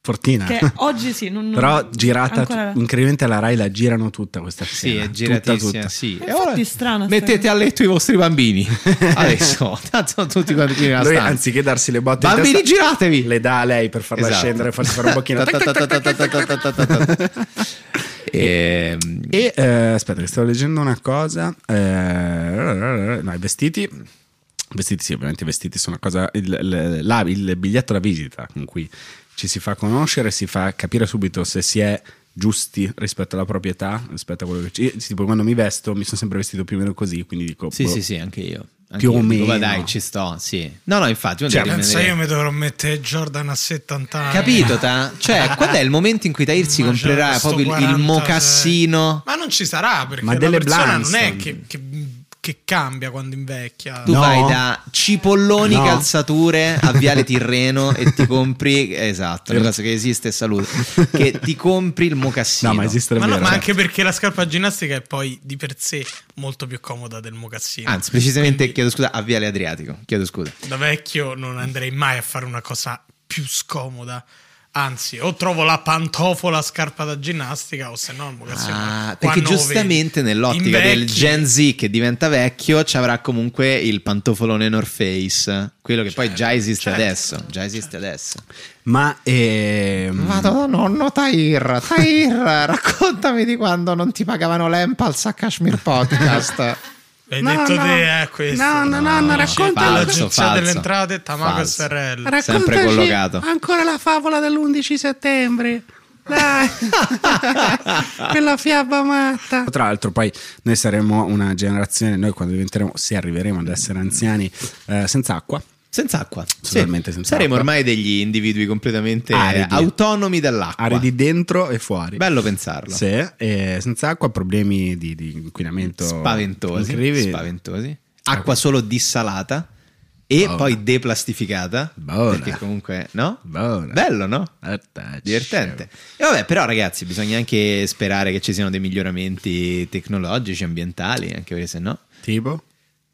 B: Fortina.
A: Eh.
H: che oggi sì, non, non-
B: Però girata
H: ancora-
B: incredibilmente alla Rai la girano tutta questa scena.
A: Sì, è
B: tutta,
A: giratissima,
B: tutta.
A: sì. E
H: Infatti
A: ora
H: è strana sta
A: Mettete
H: cosa.
A: a letto i vostri bambini. Adesso, tanto sono tutti quanti qui nella
B: Lui,
A: stanza.
B: anziché darsi le botte in
A: Bambini,
B: testa,
A: giratevi.
B: le dà a lei per farla
A: Esatto.
B: scendere e farsi fare un pochino. Tac, tac, tac, tac, tac, tac, tac.
A: Ehm,
B: E eh, aspetta, che stavo leggendo una cosa. Eh, no, i vestiti. Vestiti, sì, ovviamente i vestiti sono una cosa. Il, il- la- il biglietto da visita con cui ci si fa conoscere, si fa capire subito se si è giusti rispetto alla proprietà, rispetto a quello che ci- io, Tipo, quando mi vesto, mi sono sempre vestito più o meno così, quindi dico.
A: sì,
B: boh.
A: sì, sì, anche io. Anche
B: Più o
A: io dico, "Va,
B: meno."
A: dai, ci sto, sì. No, no, infatti, uno
B: Cioè,
A: deve
G: Pensa
A: rimanere-
G: io mi dovrò mettere Jordan a 70 anni.
A: Capito, ta? Cioè, quando è il momento in cui Tahir si
G: Ma c'è
A: comprerà
G: questo
A: proprio il- il
G: 46.
A: mocassino?
G: Ma non ci sarà perché
B: Ma
G: la
B: delle
G: persona
B: Blanton.
G: non è che, che- che cambia quando invecchia.
A: Tu
B: No.
A: vai da cipolloni
B: No.
A: calzature a Viale Tirreno e ti compri, esatto, una cosa che esiste e salute, che ti compri il mocassino.
B: No, ma esiste
G: Ma, no,
B: davvero.
G: ma
B: cioè.
G: anche perché la scarpa ginnastica è poi di per sé molto più comoda del mocassino.
A: Anzi, precisamente,
G: Quindi,
A: chiedo scusa, a Viale Adriatico, chiedo scusa.
G: da vecchio non andrei mai a fare una cosa più scomoda. Anzi, o trovo la pantofola scarpa da ginnastica, o se no il mocassino.
A: Ah,
G: qua
A: perché
G: nove.
A: giustamente nell'ottica del
G: Invecchi.
A: Gen Z che diventa vecchio ci avrà comunque il pantofolone North Face, quello che poi già esiste
G: certo,
A: adesso, già esiste adesso.
B: Ma ehm,
A: da nonno Tahir, Tahir, raccontami di quando non ti pagavano l'Empals a Kashmir Podcast.
G: Hai detto te, eh, questo.
A: no, no, no, racconta
G: L'agenzia delle entrate, Tamago SRL.
A: Sempre collocato.
F: Ancora la favola dell'11 settembre. Dai.
B: Ah.
F: Quella fiaba matta.
B: Tra l'altro, poi noi saremo una generazione, noi quando diventeremo, se arriveremo ad essere anziani, eh, senza acqua.
A: Senza acqua. Sì.
B: Totalmente senza
A: Saremo
B: acqua.
A: ormai degli individui completamente eh,
B: Aridi.
A: autonomi dall'acqua.
B: Aridi dentro e fuori.
A: Bello pensarlo.
B: Sì, e senza acqua problemi di, di inquinamento
A: Spaventosi.
B: incredibili.
A: Spaventosi. Acqua solo dissalata. e
B: Buona.
A: poi deplastificata.
B: Buona.
A: Perché comunque, no?
B: Buona. Ah,
A: Bello, no?
B: Attaccia.
A: Divertente. E vabbè, però ragazzi, bisogna anche sperare che ci siano dei miglioramenti tecnologici, ambientali, anche perché se no...
B: Tipo?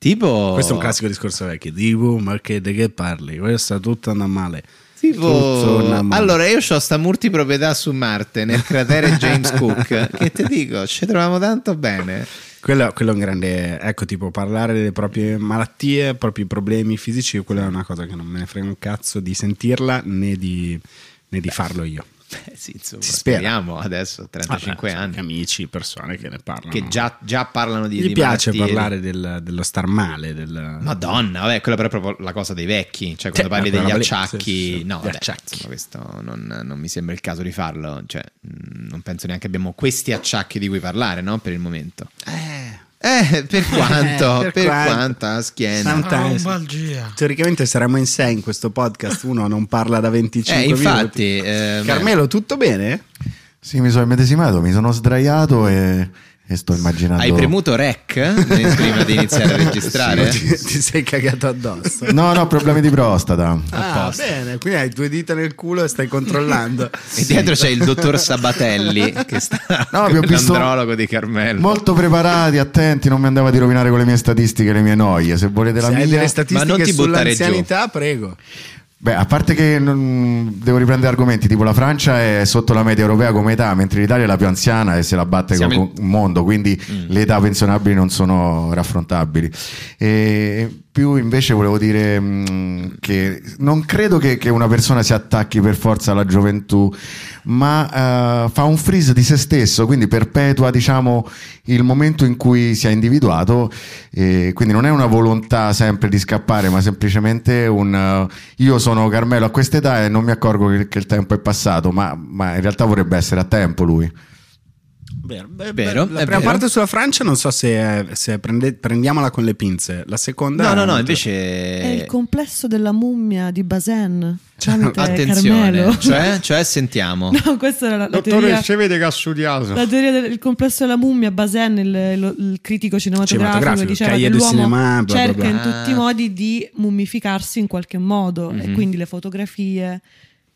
A: Tipo...
B: Questo è un classico discorso vecchio. Tipo, ma che, di che parli? Questo tutto andando male. Tutto
A: Tipo,
B: andando male.
A: allora io ho sta multiproprietà su Marte nel cratere James Cook. che ti dico, ci troviamo tanto bene.
B: Quello, quello è un grande. Ecco, tipo, parlare delle proprie malattie, propri problemi fisici, quella è una cosa che non me ne frega un cazzo di sentirla né di, né di farlo io.
A: Beh, sì, insomma,
B: Si spera.
A: speriamo adesso, 35
B: Vabbè,
A: anni,
B: Amici, persone che ne parlano.
A: che già, già parlano di...
B: Gli
A: di
B: piace
A: malattie, di-
B: parlare del- dello star male. Del...
A: Madonna, vabbè, quella però è proprio la cosa dei vecchi, cioè quando
B: Sì,
A: parli
B: ma
A: degli
B: quella lì,
A: acciacchi,
B: sì, sì, sì.
A: no,
B: Gli
A: vabbè,
B: acciacchi.
A: insomma, questo non, non mi sembra il caso di farlo, cioè mh, non penso neanche abbiamo questi acciacchi di cui parlare, no, per il momento. Eh, per quanto,
B: per
A: per,
B: quanto.
A: quanta schiena.
B: San- Fantastico.
G: Trombalgia.
B: Teoricamente saremo in sé in questo podcast. Uno non parla da 25
A: Eh, infatti,
B: minuti.
A: ehm,
B: Carmelo, tutto bene?
D: Sì, mi sono immedesimato, mi sono sdraiato e, e sto immaginando.
A: Hai premuto rec eh, prima di iniziare a registrare?
B: Sì, ti, ti sei cagato addosso.
D: No, no, problemi di prostata.
B: Ah, bene, quindi hai due dita nel culo e stai controllando.
A: E dietro c'è il dottor Sabatelli, che sta
D: No, abbiamo visto-
A: l'andrologo di Carmelo.
D: Molto preparati, attenti, non mi andava di rovinare con le mie statistiche, le mie noie. Se volete la
B: Se
D: mia.
B: hai delle
A: Ma non
B: statistiche
A: ti buttare
B: sull'anzianità, prego.
D: Beh, a parte che non- devo riprendere argomenti, tipo la Francia è sotto la media europea come età, mentre l'Italia è la più anziana e se la batte
A: Siamo
D: con il mondo, quindi le età pensionabili non sono raffrontabili. E più invece volevo dire mh, che non credo che, che una persona si attacchi per forza alla gioventù, ma eh, fa un freeze di se stesso, quindi perpetua diciamo il momento in cui si è individuato, e quindi non è una volontà sempre di scappare, ma semplicemente un eh, io sono Carmelo a quest'età e non mi accorgo che, che il tempo è passato, ma, ma in realtà vorrebbe essere a tempo lui.
B: Vero, beh,
A: Vero,
B: beh, la
A: è
B: prima
A: vero.
B: parte sulla Francia non so se, se prende- prendiamola con le pinze. La seconda...
A: No, no, no,
H: È il
A: invece...
H: complesso della mummia di Basen. Tramite
A: Attenzione,
H: Carmelo.
A: cioè, cioè sentiamo.
H: No, questa era la, la teoria.
B: vede che ha studiato.
H: La teoria del il complesso della mummia, Basen, il, lo- il critico cinematografico,
B: Cinematografico,
H: diceva che
B: Cahiers du
H: l'uomo
B: cinéma, bla, bla,
H: cerca
B: bla.
H: in tutti i modi di mummificarsi in qualche modo,
B: Mhm.
H: e quindi le fotografie,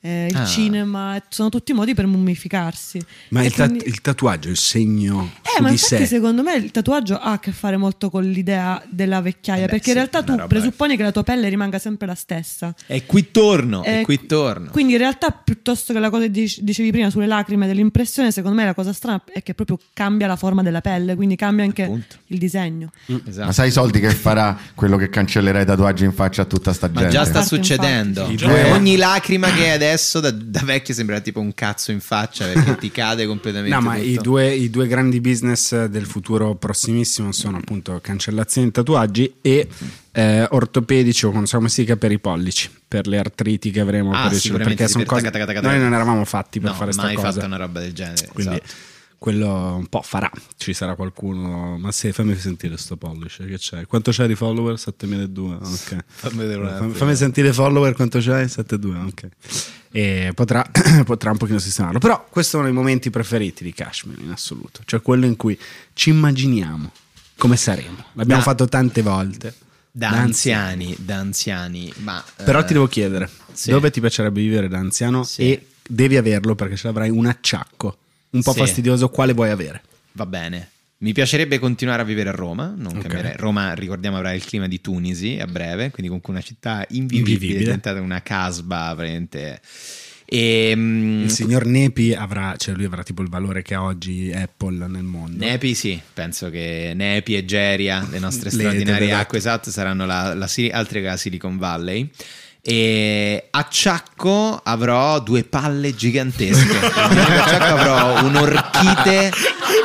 H: eh, il
A: Ah.
H: cinema, sono tutti modi per mummificarsi.
B: Ma
H: E
B: il, tat-
H: quindi-
B: il tatuaggio è il segno
H: Eh,
B: su
H: ma
B: di
H: infatti
B: sé.
H: secondo me il tatuaggio ha a che fare molto con l'idea della vecchiaia,
A: Eh beh,
H: perché
A: sì,
H: in realtà
A: una
H: tu
A: roba-
H: presupponi che la tua pelle rimanga sempre la stessa.
A: E qui torno, e
H: Eh,
A: qui torno.
H: Quindi in realtà piuttosto che la cosa che dic- dicevi prima sulle lacrime dell'impressione, secondo me la cosa strana è che proprio cambia la forma della pelle, quindi cambia anche
A: Appunto.
H: il disegno.
A: Esatto.
D: Ma sai i soldi che farà quello che cancellerà i tatuaggi in faccia a tutta sta
A: Ma
D: gente?
A: già sta
H: Infatti,
A: succedendo.
G: infatti.
A: Cioè,
D: Eh.
A: ogni lacrima che è adesso da, da vecchio sembra tipo un cazzo in faccia perché ti cade completamente.
B: No, ma
A: tutto.
B: i due, i due grandi business del futuro prossimissimo sono appunto cancellazione di tatuaggi e eh, ortopedici o non so come si dica per i pollici, per le artriti che avremo.
A: Ah,
B: per il-
A: sicuramente
B: perché
A: sì,
B: sono
A: per
B: cose,
A: tac, tac, tac, tac.
B: noi non eravamo fatti per
A: No,
B: fare sta
A: mai
B: cosa.
A: fatto una roba del genere.
B: Quindi
A: esatto.
B: quello un po' farà. Ci sarà qualcuno. Ma se fammi sentire sto pollice. Che c'è? Quanto c'hai di follower? 7200. Ok.
A: Fammi vedere un attimo.
B: fammi, fammi sentire follower quanto c'hai? 7200. Ok. E potrà, potrà un pochino sistemarlo. Però questo è uno dei momenti preferiti di Cashman in assoluto. Cioè quello in cui ci immaginiamo come saremo. L'abbiamo
A: Da-
B: fatto tante volte.
A: Da
B: Da
A: anziani, da anziani. Ma,
B: Però
A: eh,
B: ti devo chiedere,
A: sì.
B: dove ti piacerebbe vivere da anziano?
A: Sì.
B: E devi averlo perché ce l'avrai un acciacco un po'
A: Sì.
B: fastidioso, quale vuoi avere?
A: Va bene. Mi piacerebbe continuare a vivere a Roma, non cambierei. Roma, ricordiamo, avrà il clima di Tunisi a breve, quindi comunque una città invivibile,
B: Invivibile.
A: diventata una casba, veramente. E, mm,
B: Il signor Nepi avrà, cioè lui avrà tipo il valore che ha oggi Apple nel mondo.
A: Nepi sì, penso che Nepi e Geria, le nostre
B: Le
A: straordinarie
B: delle-
A: acque esatte, saranno la, la, Sili- altre che la Silicon Valley. E a Ciacco avrò due palle gigantesche. a Ciacco avrò un'orchite,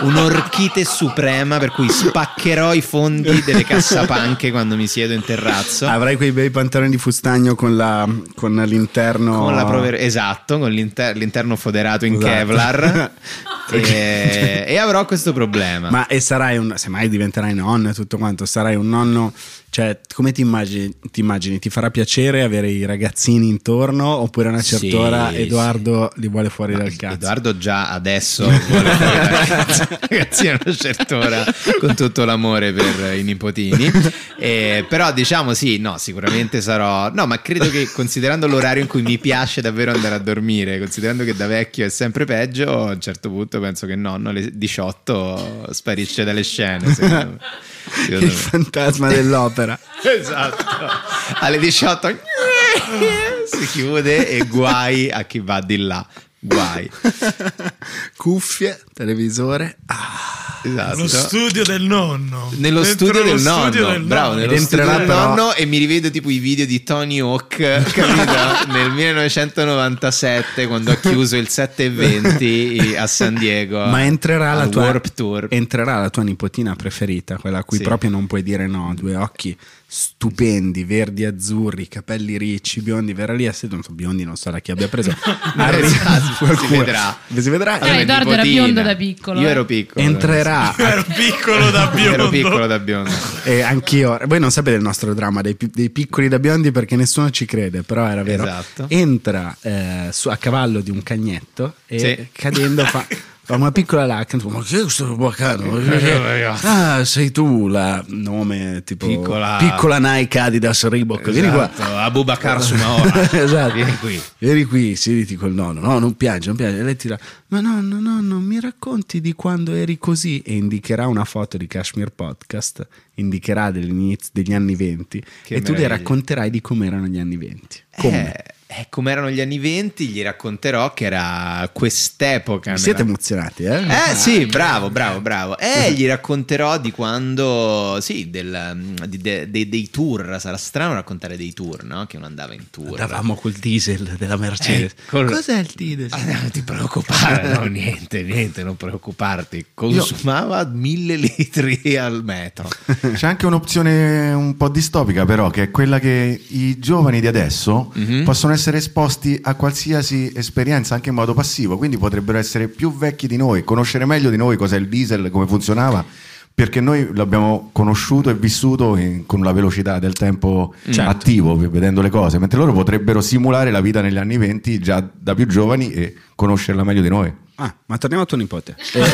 A: un'orchite suprema per cui spaccherò i fondi delle cassapanche quando mi siedo in terrazzo.
B: Avrai quei bei pantaloni di fustagno con, la- con l'interno
A: Con la prover- esatto, con l'inter- l'interno foderato in
B: Esatto.
A: Kevlar. e, e avrò questo problema.
B: Ma e sarai un, semmai diventerai nonno e tutto quanto, sarai un nonno, cioè come ti immagini? Ti, immagini? Ti farà piacere avere i ragazzini intorno oppure a una certa
A: Sì,
B: ora
A: sì.
B: Edoardo li vuole fuori dal cazzo?
A: Edoardo già adesso vuole fuori dal cazzo, ragazzi a una certa ora con tutto l'amore per i nipotini Eh, però diciamo sì no sicuramente sarò no ma credo che considerando l'orario in cui mi piace davvero andare a dormire considerando che da vecchio è sempre peggio a un certo punto penso che nonno alle 18 sparisce dalle scene secondo me. Secondo
B: Il
A: me.
B: fantasma dell'opera.
A: esatto alle 18 si chiude e guai a chi va di là guai
B: Cuffie, televisore.
A: Esatto.
G: Lo studio del nonno.
A: Nello
G: Dentro
A: studio
G: lo
A: del nonno,
G: studio del
A: bravo,
G: nonno.
A: nello studio
B: Entrerà
A: del
B: però-
A: nonno e mi rivedo tipo i video di Tony Hawk, capito? Nel 1997 quando ha chiuso il 720 a San Diego.
B: Ma entrerà la,
A: al
B: tua,
A: Warp Tour.
B: entrerà la tua nipotina preferita, quella a cui
A: Sì.
B: proprio non puoi dire no. Due occhi stupendi, verdi, azzurri, capelli ricci, biondi. Verrà lì a seduto. Biondi, non so da chi abbia preso. Arri-
A: Esatto, si
B: qualcuno.
A: vedrà.
B: Si vedrà.
I: Allora,
A: è
I: Edoardo era
A: nipotina.
I: biondo da piccolo,
A: Io
I: eh.
A: ero piccolo.
B: Entrerà
G: Io ero piccolo da biondo.
A: Ero piccolo da biondo.
B: e anch'io. Voi non sapete il nostro dramma dei, pi- dei piccoli da biondi perché nessuno ci crede, però era vero.
A: Esatto.
B: Entra eh, su- a cavallo di un cagnetto e
A: Sì.
B: cadendo fa, fa una piccola lacrima. tipo, Ma che è sto boccando? Ah, sei tu la nome tipo
A: Piccola-
B: Nike Adidas Reebok. Ecco, Vieni qua.
A: Esatto, Abubakar Sumaora.
B: esatto.
A: Vieni qui.
B: Vieni qui, siediti col nonno. No, non piangi, non piangi. E lei tira, ma nonno, nonno, mi racconti di quando eri così? E indicherà una foto di Kashmir Podcast, indicherà dell'inizio- degli anni venti
A: Che
B: e tu le
A: meraviglia.
B: racconterai di come erano gli anni venti. Come?
A: Eh, eh, come erano gli anni 20 gli racconterò che era quest'epoca.
B: Vi siete
A: nella-
B: emozionati, eh?
A: Eh sì, bravo, bravo, bravo. Eh, gli racconterò di quando, sì, del, mm, di- de- de- dei tour. Sarà strano raccontare dei tour, no? Che uno andava in tour.
B: Andavamo col diesel della Mercedes.
A: Eh, col-
B: Cos'è il diesel?
A: Ah, non ti preoccupare, no, niente, niente, non preoccuparti. Consumava mille litri al metro.
D: C'è anche un'opzione un po' distopica, però, che è quella che i giovani di adesso possono essere esposti a qualsiasi esperienza anche in modo passivo. Quindi potrebbero essere più vecchi di noi, conoscere meglio di noi cos'è il diesel, come funzionava. Perché noi l'abbiamo conosciuto e vissuto in- con la velocità del tempo attivo, vedendo le cose, mentre loro potrebbero simulare la vita negli anni venti già da più giovani e conoscerla meglio di noi.
B: Ah, ma torniamo a tuo nipote. Eh.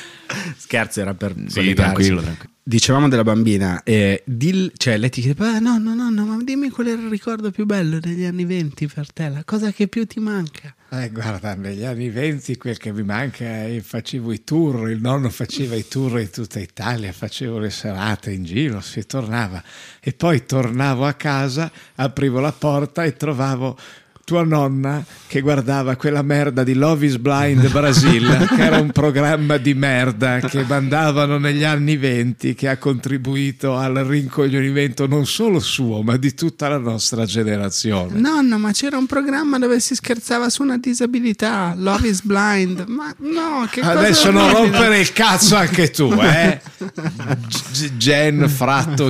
B: Scherzo, era per solidarci.
D: tranquillo, tranquillo.
B: Dicevamo della bambina, eh, dil- cioè lei ti chiede: "Ah, No, no, no, no, ma dimmi qual è il ricordo più bello degli anni venti per te, la cosa che più ti manca.
J: Eh, guarda, negli anni venti quel che mi manca è facevo i tour, il nonno faceva i tour in tutta Italia, facevo le serate in giro, si tornava e poi tornavo a casa, aprivo la porta e trovavo tua nonna che guardava quella merda di Love is Blind Brasil, che era un programma di merda che mandavano negli anni venti, che ha contribuito al rincoglionimento non solo suo, ma di tutta la nostra generazione.
B: Nonno, ma c'era un programma dove si scherzava su una disabilità, Love is Blind. Ma no, che cosa
J: Adesso non
B: orribile."
J: rompere il cazzo anche tu, eh? G- Gen fratto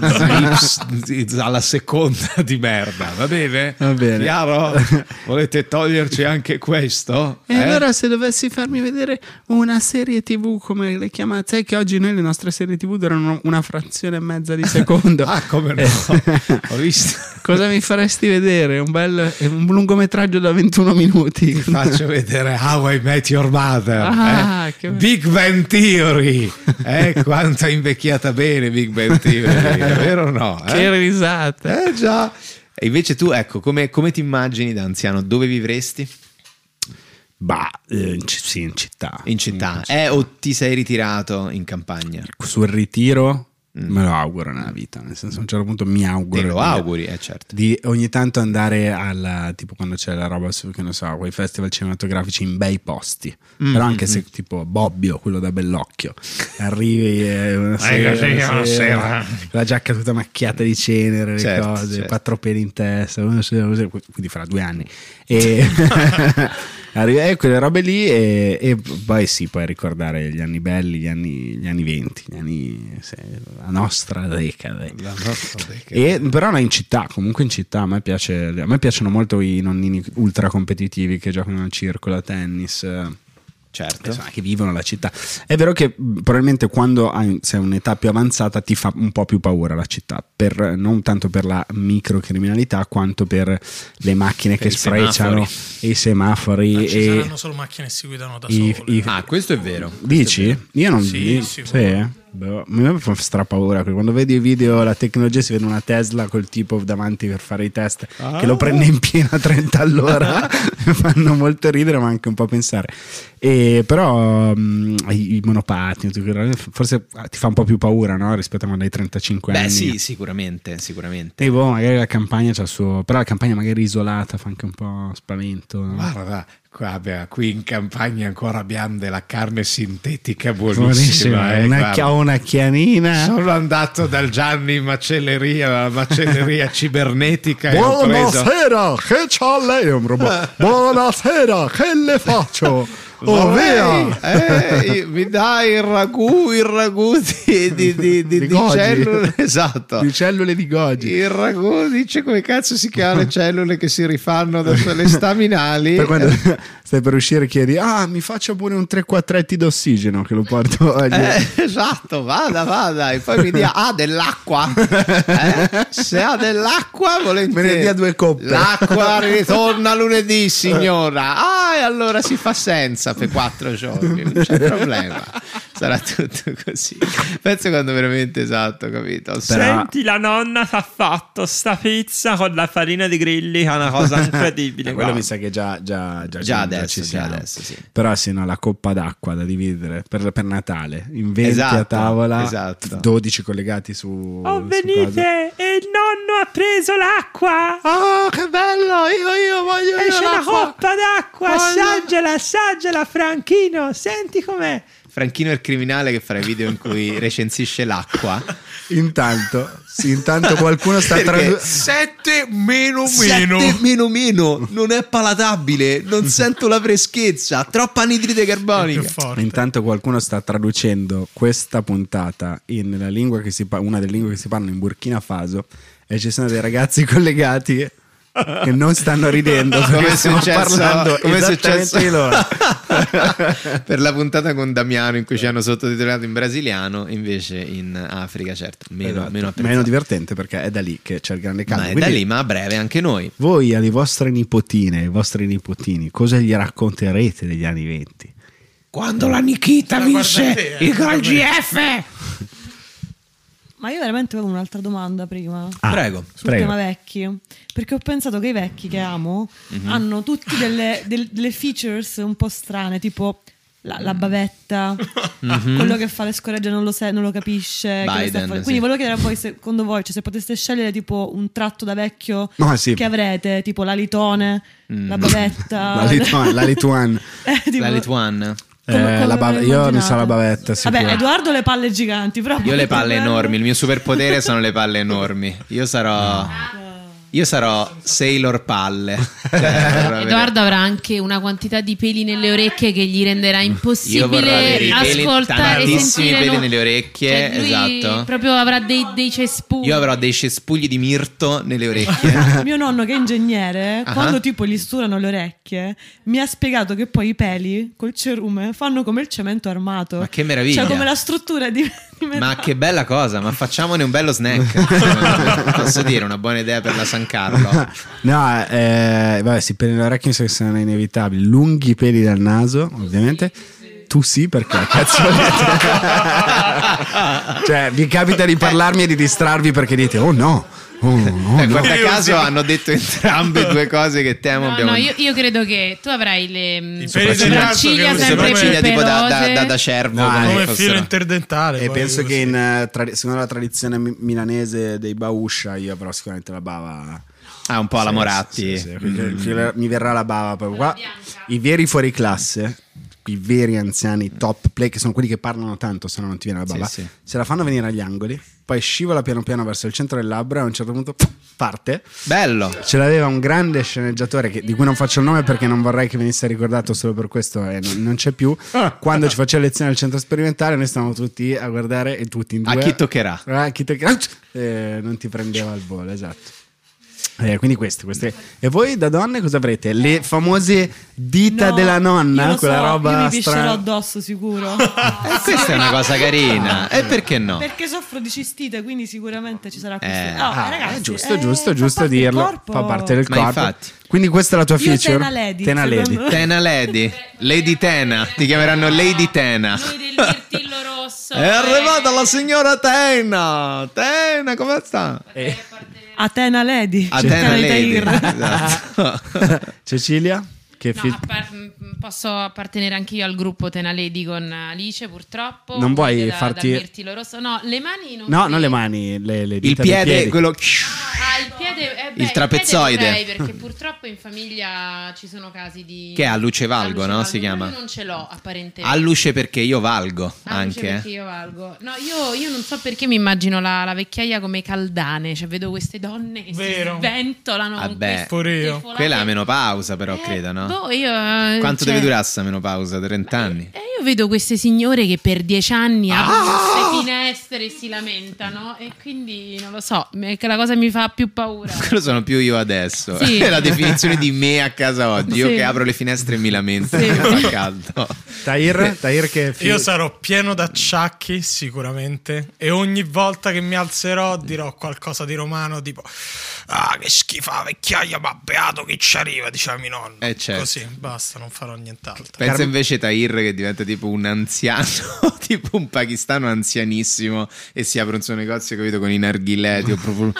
J: X, Y alla seconda di merda, va bene?
B: Va bene.
J: Chiaro? Volete toglierci anche questo?
B: E
J: Eh?
B: allora se dovessi farmi vedere una serie tv come le chiamate, sai che oggi noi le nostre serie tv durano una frazione e mezza di secondo.
J: Ah, come no?
B: Eh.
J: Ho visto.
B: Cosa mi faresti vedere? Un bel un lungometraggio da 21 minuti.
J: Ti faccio vedere How I Met Your Mother,
B: Ah,
J: eh?
B: che-
J: Big Bang Theory, eh? quanto è invecchiata bene Big Bang Theory, è vero o no? eh?
B: Che risate.
A: Eh già. E invece tu, ecco, come, come ti immagini da anziano? Dove vivresti?
B: Bah, eh, in ci- sì, in città.
A: In città? Eh, o ti sei ritirato in campagna?
B: Sul ritiro me lo auguro nella vita, nel senso a un certo punto mi auguro.
A: Mm. Te lo
B: di-
A: auguri, eh certo.
B: Di ogni tanto andare alla tipo quando c'è la roba su che ne so, quei festival cinematografici in bei posti. Però anche se tipo Bobbio, quello da Bellocchio, arrivi eh, una sera,
J: così,
B: una sera,
J: una sera.
B: la giacca tutta macchiata di cenere, le
A: Certo,
B: cose,
A: certo.
B: quattro peli in testa, una sera, una sera, quindi fra due anni. E Arri- E eh, quelle robe lì e, e poi sì, puoi ricordare gli anni belli, gli anni, gli anni 20, gli anni, se- la nostra decade.
J: La nostra decade.
B: E, però no, in città, comunque in città a me, piace, a me piacciono molto i nonnini ultra competitivi che giocano al circolo, a tennis.
A: Certo.
B: che vivono la città. È vero che mh, probabilmente quando hai, sei un'età più avanzata ti fa un po' più paura la città, per- non tanto per la microcriminalità quanto per le macchine
A: Per
B: che
A: i
B: sfrecciano, i semafori.
G: Ma ci
B: e
G: saranno solo macchine che si guidano da
B: i-
G: sole.
B: i-
A: Ah, questo è vero.
B: Dici? Io non
G: Sì,
B: di-
G: sì,
B: eh? Boh, mi fa strapaura perché quando vedi i video la tecnologia si vede una Tesla col tipo davanti per fare i test che lo prende in piena a 30 all'ora mi fanno molto ridere ma anche un po' pensare e però mm, i, i monopattini tutte quelle robe, forse ah, ti fa un po' più paura no? rispetto a quando hai 35
A: Beh,
B: anni
A: sì, sicuramente, sicuramente.
B: E boh, magari la campagna c'ha il suo però la campagna magari isolata fa anche un po' spavento no?
J: Guarda, qua, abbiamo- qui in campagna ancora abbiamo della carne sintetica
B: Buonissima,
J: buonissima. eh,
B: una,
J: guarda.
B: chia- una chianina
J: Sono andato dal Gianni in macelleria, la macelleria cibernetica. e ho preso-
B: Buonasera, che c'ha lei? È un robot. Buonasera, che le faccio? Oh,
A: Vorrei-
B: via!
A: eh, mi dai il ragù, il ragù di, di, di, di-
B: Di
A: di
B: goji.
A: cellule, esatto.
B: Di cellule di goji.
A: Il ragù dice come cazzo si chiamano le cellule che si rifanno adesso le staminali.
B: Per quando stai per uscire chiedi, ah, mi faccio pure un 3 quattretti d'ossigeno che lo porto oggi.
A: Eh, esatto, vada, vada, e poi mi dia ah, dell'acqua. Eh? Se ha dell'acqua, volentieri.
B: Me ne dia due coppe.
A: L'acqua ritorna lunedì, signora. Ah, e allora si fa senza per quattro giorni, non c'è problema. Sarà tutto così. Penso quando veramente esatto, capito?
K: Senti, la nonna ti ha fatto sta pizza con la farina di grilli, che è una cosa incredibile.
B: Quello mi
K: guarda.
B: sa che già, già, già,
A: Già
B: già
A: adesso, già
B: siamo.
A: adesso, sì.
B: Però sì, no, la coppa d'acqua da dividere per, per Natale. In 20 a
A: Esatto,
B: tavola,
A: esatto.
B: 12 collegati su...
K: Oh,
B: su cosa.
K: venite! E il nonno ha preso l'acqua!
A: Oh, che bello! Io, io voglio
K: E c'è una coppa d'acqua!
A: Oh, no.
K: Assaggiala, assaggiala, Franchino! Senti com'è!
A: Franchino è il criminale che farà i video in cui recensisce l'acqua.
B: Intanto, sì, intanto qualcuno sta
A: Perché
B: traducendo...
A: 7 meno
G: meno.
A: meno meno non è palatabile, non sento la freschezza, troppa anidride
G: più
A: carbonica.
G: forte.
B: Intanto qualcuno sta traducendo questa puntata in la lingua che si pa- una delle lingue che si parlano in Burkina Faso e ci sono dei ragazzi collegati che non stanno ridendo
A: Come
B: perché
A: è
B: stiamo
A: successo-
B: parlando
A: come è
B: esattamente
A: successo-
B: di loro.
A: per la puntata con Damiano in cui ci hanno sottotitolato in brasiliano, invece in Africa certo, meno,
B: Esatto.
A: meno apprezzato.
B: Meno divertente perché è da lì che c'è il grande
A: Ma
B: cambio.
A: è da
B: Quindi
A: lì, ma a breve anche noi.
B: Voi alle vostre nipotine, ai vostri nipotini, cosa gli racconterete degli anni venti?
J: Quando la Nikita
G: Guarda te, eh.
H: Ma io veramente avevo un'altra domanda prima.
A: Prego.
H: sul tema vecchi perché ho pensato che i vecchi che amo
A: Mhm.
H: hanno tutti delle, del- delle features un po' strane tipo la, la bavetta ah, quello che fa le scoregge non lo, sa- non lo capisce che lo sta
A: Mhm. Biden,
H: fa-
A: sì.
H: quindi volevo chiedere a voi se- secondo voi cioè, se poteste scegliere tipo un tratto da vecchio
B: No, sì.
H: che avrete tipo la litone la bavetta
B: La Lituan, la Lituan.
H: Eh, tipo-
A: Mm. La Lituan.
H: come-
B: Eh,
H: come
B: la
H: ve
B: ba-
H: lo
B: io ne
H: immaginate?
B: so la bavetta.
H: Vabbè,
B: sicuro.
H: Edoardo le palle giganti, però
A: Io le palle
H: Edoardo-
A: enormi, il mio superpotere sono le palle enormi. Io sarò
H: Eh.
A: Io sarò Sailor Palle. Cioè, vorrei-
I: Edoardo avrà anche una quantità di peli nelle orecchie che gli renderà
A: Io vorrei avere
I: impossibile
A: i peli,
I: ascoltare e
A: tantissimi
I: sentire
A: peli
I: no-
A: nelle orecchie,
I: Cioè, lui
A: esatto.
I: Proprio avrà dei, dei cespugli.
A: Io avrò dei cespugli di mirto nelle orecchie.
H: mio nonno che è ingegnere,
A: Ah.
H: quando tipo gli sturano le orecchie, mi ha spiegato che poi i peli col cerume fanno come il cemento armato.
A: Ma che meraviglia.
H: Cioè come la struttura di, di
A: Ma
H: metallo.
A: che bella cosa, ma facciamone un bello snack. Posso dire, una buona idea per la San Carlo.
B: No, eh, vabbè, sì, peli le orecchie mi sa che sono inevitabili. Lunghi peli dal naso, ovviamente. Tu sì, perché cazzo Cioè, vi capita di parlarmi e di distrarvi perché dite, oh no, oh no.
A: Eh, guarda caso hanno detto entrambe due cose che temo
I: No,
A: abbiamo
I: no, io, io credo che tu avrai le mm,
G: I peli di naso che
I: sopracciglia
G: usano
A: Le
I: sempre
A: sopracciglia tipo da, da,
I: pelose.
A: da, da cervo.
B: No,
A: come
G: come
A: fossero.
G: filo interdentale.
B: E
G: poi,
B: penso che
G: così.
B: in, eh, tra- secondo la tradizione mi- milanese dei Bauscia, io però sicuramente la bava.
A: Ah, un po' alla
B: Sì,
A: Moratti. Mm.
B: sì, sì, sì. Quindi Mi verrà la bava proprio qua. I veri fuori classe. i veri anziani top play, che sono quelli che parlano tanto se no non ti viene la balla,
A: Sì, sì.
B: se la fanno venire agli angoli, poi scivola piano piano verso il centro del labbro e a un certo punto parte.
A: Bello.
B: Ce l'aveva un grande sceneggiatore che- di cui non faccio il nome perché non vorrei che venisse ricordato solo per questo e non, non c'è più.
A: Ah.
B: Quando ci faceva lezione al centro sperimentale noi stavamo tutti a guardare e tutti in due.
A: A chi toccherà.
B: Ah, chi toccherà. Eh, non ti prendeva il volo, esatto. Eh, quindi queste, queste. E voi da donne cosa avrete? Le famose dita
H: No,
B: della
H: io
B: nonna?
H: lo
B: Quella
H: so, Io
B: roba
H: mi piscerò
B: strana.
H: addosso sicuro.
B: Eh,
A: E Eh, questa è una cosa carina. E perché no?
H: Perché soffro di cistite, quindi sicuramente ci sarà questo.
A: Eh,
H: Oh,
A: ah,
H: ragazzi,
B: È giusto,
H: eh,
B: giusto,
H: fa
B: giusto
H: parte del
B: dirlo.
H: corpo.
B: Fa parte del
A: Ma
B: corpo.
A: infatti.
B: Quindi questa è la tua
H: Io
B: feature.
H: Tena Lady,
B: Tena
H: secondo
B: Lady.
H: me.
A: Tena Lady, Lady Tena, ti chiameranno Lady Tena.
I: Tillo rosso.
A: È arrivata la signora Tena. Tena, come sta?
I: Eh,
H: Atena Lady.
A: Atena
H: Cercare di
A: Lady.
H: tairla.
A: Esatto.
B: Cecilia? Che
I: No,
B: fi-
I: appar- m- posso appartenere anch'io al gruppo Tena Lady con Alice, purtroppo.
B: Non vuoi
I: Quindi da-
B: farti-
I: dal mirtillo rosso. No, le mani non.
B: No, non le mani, le, le
A: Il
B: dita dei
A: piede,
B: piedi.
A: quello.
I: Ah, il piede. eh beh,
A: Il trapezoide.
I: piede dovrei, perché purtroppo in famiglia ci sono casi di.
A: Che è a luce valgo, no? Si
I: Quello
A: chiama.
I: Io non ce l'ho, apparentemente.
A: A luce perché io valgo
I: Ah, non c'è
A: anche. eh.
I: perché io valgo. No, io, io non so perché mi immagino la, la vecchiaia come caldane, cioè vedo queste donne che
G: Vero.
I: si sventolano con
A: Vabbè,
I: queste folate.
A: Ah, quella è la menopausa, però credo, no?
I: boh, io, eh,
A: Quanto
I: cioè-
A: deve durare sta menopausa? 30 anni? Ah!
I: E io vedo queste signore che per dieci anni aprono queste finestre e si lamentano e quindi non lo so, me- che la cosa mi fa più paura.
A: Quello sono più io adesso.
I: Eh. Sì.
A: È la definizione di me a casa oggi. Io
I: Sì.
A: che apro le finestre e mi lamento.
I: Sì.
A: che Fa caldo.
B: Tahir, Tahir che fi-
G: Io sarò pieno d'acciacchi sicuramente e ogni volta che mi alzerò dirò qualcosa di romano tipo Ah che schifa vecchiaia ma beato che ci arriva diceva mio nonno
A: Eh, certo.
G: Così basta non farò nient'altro
A: Pensa invece Tahir che diventa tipo un anziano, tipo un pakistano anzianissimo e si apre un suo negozio, capito, con i narghilè, tipo proprio...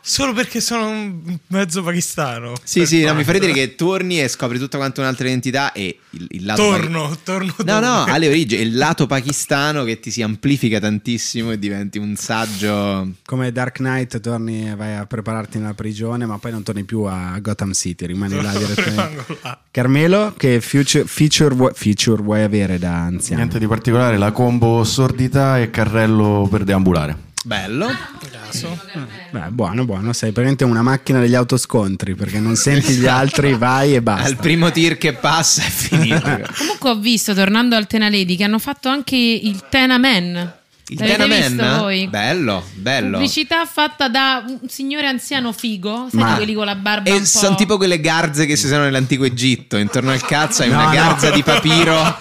G: Solo perché sono un mezzo pakistano
A: Sì, sì, no, mi farei dire che torni e scopri tutta quanto un'altra identità e il, il lato...
G: Torno, torno
A: No, no,
G: dove?
A: alle origini, il lato pakistano che ti si amplifica tantissimo e diventi un saggio...
B: come Dark Knight torni e vai a prepararti nella prigione, ma poi non torni più a Gotham City, rimani là direttamente.
G: Rimango là.
B: Carmelo, che future- feature, vuoi, feature vuoi avere da anziano?
D: Niente di particolare, la combo sordità e carrello per deambulare.
A: Bello.
B: Eh, Beh, buono, buono, sei praticamente una macchina degli autoscontri perché non senti gli altri, vai e
A: Esatto. Al
B: basta.
A: primo tir che passa è finito.
I: Comunque ho visto, tornando al Tena Lady, che hanno fatto anche il Tena Man.
A: Il
I: L'avete
A: Tenamen?
I: visto voi?
A: Bello, bello.
I: Pubblicità fatta da un signore anziano figo, sai
A: Ma-
I: quelli con la barba un
A: E
I: po'-
A: sono tipo quelle garze che si usano nell'antico Egitto. Intorno al cazzo hai
B: No,
A: una
B: no.
A: garza di papiro.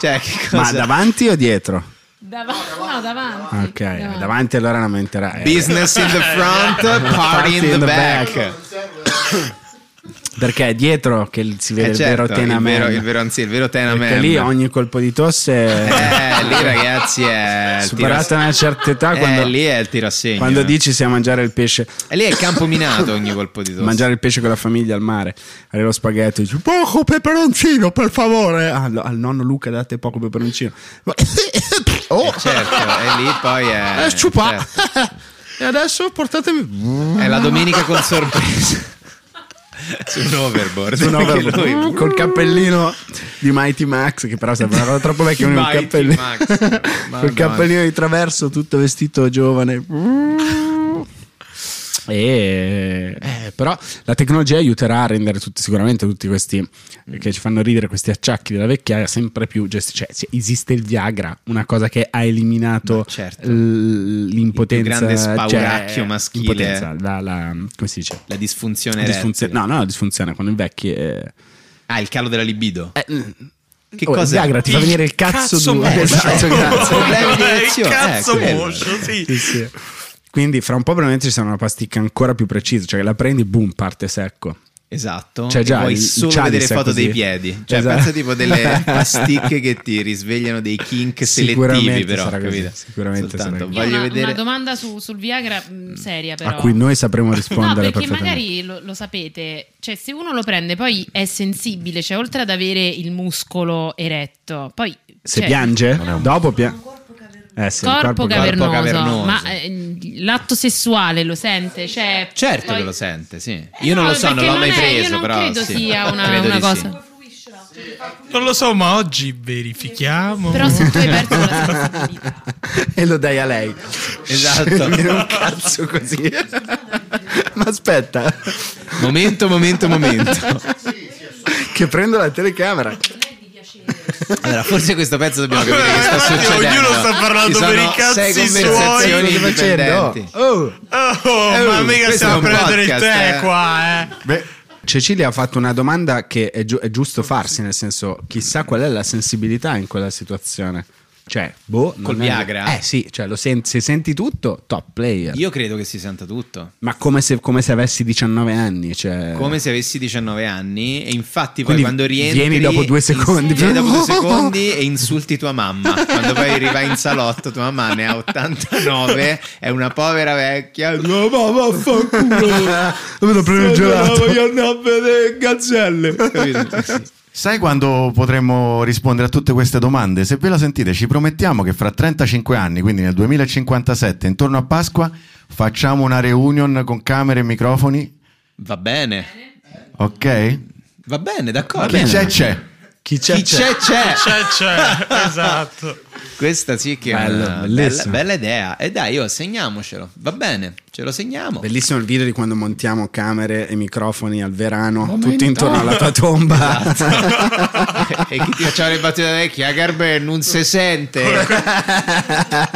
A: Cioè, che cosa?
B: Ma davanti o dietro?
I: Dava- no, davanti.
B: Ok, davanti allora non mi interessa.
A: Business in the front, party in the, back.
B: Perché è dietro che si vede
A: Eh, certo,
B: il vero
A: il
B: Tenamen.
A: vero, il vero, anzi, il vero Tenamen.
B: Perché lì ogni colpo di tosse
A: Eh, lì ragazzi è... il tiro a-
B: superata una certa età
A: eh,
B: quando,
A: lì è il tiro a segno.
B: quando dici sia mangiare il pesce
A: E lì è il campo minato ogni colpo di tosse.
B: mangiare il pesce con la famiglia al mare avere lo spaghetto dici poco peperoncino per favore Ah, al, al nonno Luca date poco peperoncino Ma- oh
A: Eh, Certo, e lì poi è...
B: eh, ciupa.
A: certo.
B: e adesso portatemi
A: cioè, È la domenica con sorpresa. Su un overboard.
B: Su un
A: Perché
B: overboard,
A: lui-
B: col cappellino di Mighty Max che però sembra una cosa troppo vecchia un
A: Mighty
B: cappellino,
A: Max. Madonna.
B: col cappellino di traverso tutto vestito giovane E- eh, però la tecnologia aiuterà a rendere tutti, sicuramente tutti questi che ci fanno ridere questi acciacchi della vecchiaia sempre più gesti- cioè, se esiste il Viagra una cosa che ha eliminato
A: Beh, certo.
B: l- l'impotenza
A: Il più grande
B: cioè,
A: spauracchio maschile.
B: l'impotenza, la- la- come si dice
A: La disfunzione
B: Disfunzione-
A: erettile.
B: no, no, la disfunzione quando invecchi. eh,
A: Ah, il calo della libido. che
B: oh,
A: cosa?
B: Il Viagra ti fa venire il cazzo,
G: cazzo
B: duro.
G: moscio.
B: Esatto,
A: Cioè,
B: grazie.
A: Problemi di
G: Eh,
A: erezione,
G: cazzo
A: eh, quello.
G: moscio, sì.
B: Sì, sì. Quindi fra un po' probabilmente ci sarà una pasticca ancora più precisa, cioè che la prendi, boom, parte secco.
A: Esatto.
B: Cioè,
A: E
B: già,
A: puoi
B: il- il
A: solo
B: Chalice
A: vedere
B: è
A: foto
B: così.
A: dei piedi. Cioè,
B: Esatto.
A: pensa tipo delle pasticche che ti risvegliano dei kink selettivi,
B: Sicuramente
A: però,
B: sarà così,
A: capito?
B: sicuramente sarà
A: Soltanto
B: così.
I: Io ho
A: voglio
I: una,
A: vedere
I: una domanda su- sul Viagra mh, seria però.
B: A cui noi sapremo
I: No,
B: rispondere
I: perché
B: perfettamente.
I: magari lo, lo sapete, cioè se uno lo prende poi è sensibile, cioè oltre ad avere il muscolo eretto, poi...
B: Se
I: cioè,
B: piange,
D: Non è un-
B: dopo piange. Eh sì, il
I: corpo, cavernoso,
A: corpo cavernoso.
I: ma eh, l'atto sessuale lo sente? Cioè,
A: Certo
I: poi- Eh,
A: che lo sente, sì. Io non lo so, non
I: perché
A: l'ho
I: non
A: mai
I: è- io
A: preso,
I: non
A: però
I: credo
A: sì.
I: sia una-
A: Credo
I: una
A: di
I: cosa.
A: sì.
G: Non lo so, ma oggi verifichiamo.
I: Però se tu hai perso la
L: e lo dai a lei.
A: Esatto.
L: Scegliere un cazzo così. Ma aspetta.
A: Momento, momento, momento.
L: che prendo la telecamera.
A: Allora, forse questo pezzo dobbiamo capire che sta
L: Guarda,
A: succedendo.
L: ognuno sta parlando
A: Ci sono
L: per i cazzi
A: sei
L: suoi.
A: conversazioni
L: Cosa stai facendo?
A: indipendenti.
L: Oh,
G: Oh, ma mica
B: questo è
G: stiamo a
B: un
G: prendere il
B: podcast,
G: tè
B: eh.
G: qua, eh.
B: Cecilia ha fatto una domanda che è, giu- è giusto farsi, nel senso, chissà qual è la sensibilità in quella situazione. Cioè, boh, non
A: Col
B: è-
A: Viagra?
B: Eh sì, cioè lo sen- se senti tutto, top player.
A: Io credo che si senta tutto.
B: Ma come se, come se avessi 19 anni, cioè...
A: Come se avessi 19 anni e infatti poi
B: Quindi
A: quando rientri
B: vieni dopo due secondi.
A: vieni dopo due secondi e insulti tua mamma. Quando poi arriva in salotto tua mamma ne ha 89, è una povera vecchia. No, ma vaffanculo.
L: Vado a
A: prendere il gelato.
L: Voglio andare a vedere gazzelle.
D: Sai quando potremmo rispondere a tutte queste domande? Se ve la sentite, ci promettiamo che fra 35 anni, quindi nel 2057, intorno a Pasqua, facciamo una reunion con camere e microfoni.
A: Va bene.
D: Ok?
A: Va bene, d'accordo.
D: Chi c'è, c'è.
B: Chi
A: c'è, c'è.
G: C'è, c'è. Esatto.
A: Questa sì che è
B: Bello,
A: una bella,
B: bellissimo.
A: bella idea. E dai, io segniamocelo. Va bene, ce lo segniamo.
B: Bellissimo il video di quando montiamo camere e microfoni al verano, tutti intorno alla tua tomba.
A: Esatto. e chi ti faceva le battute vecchie? A Garber non si sente.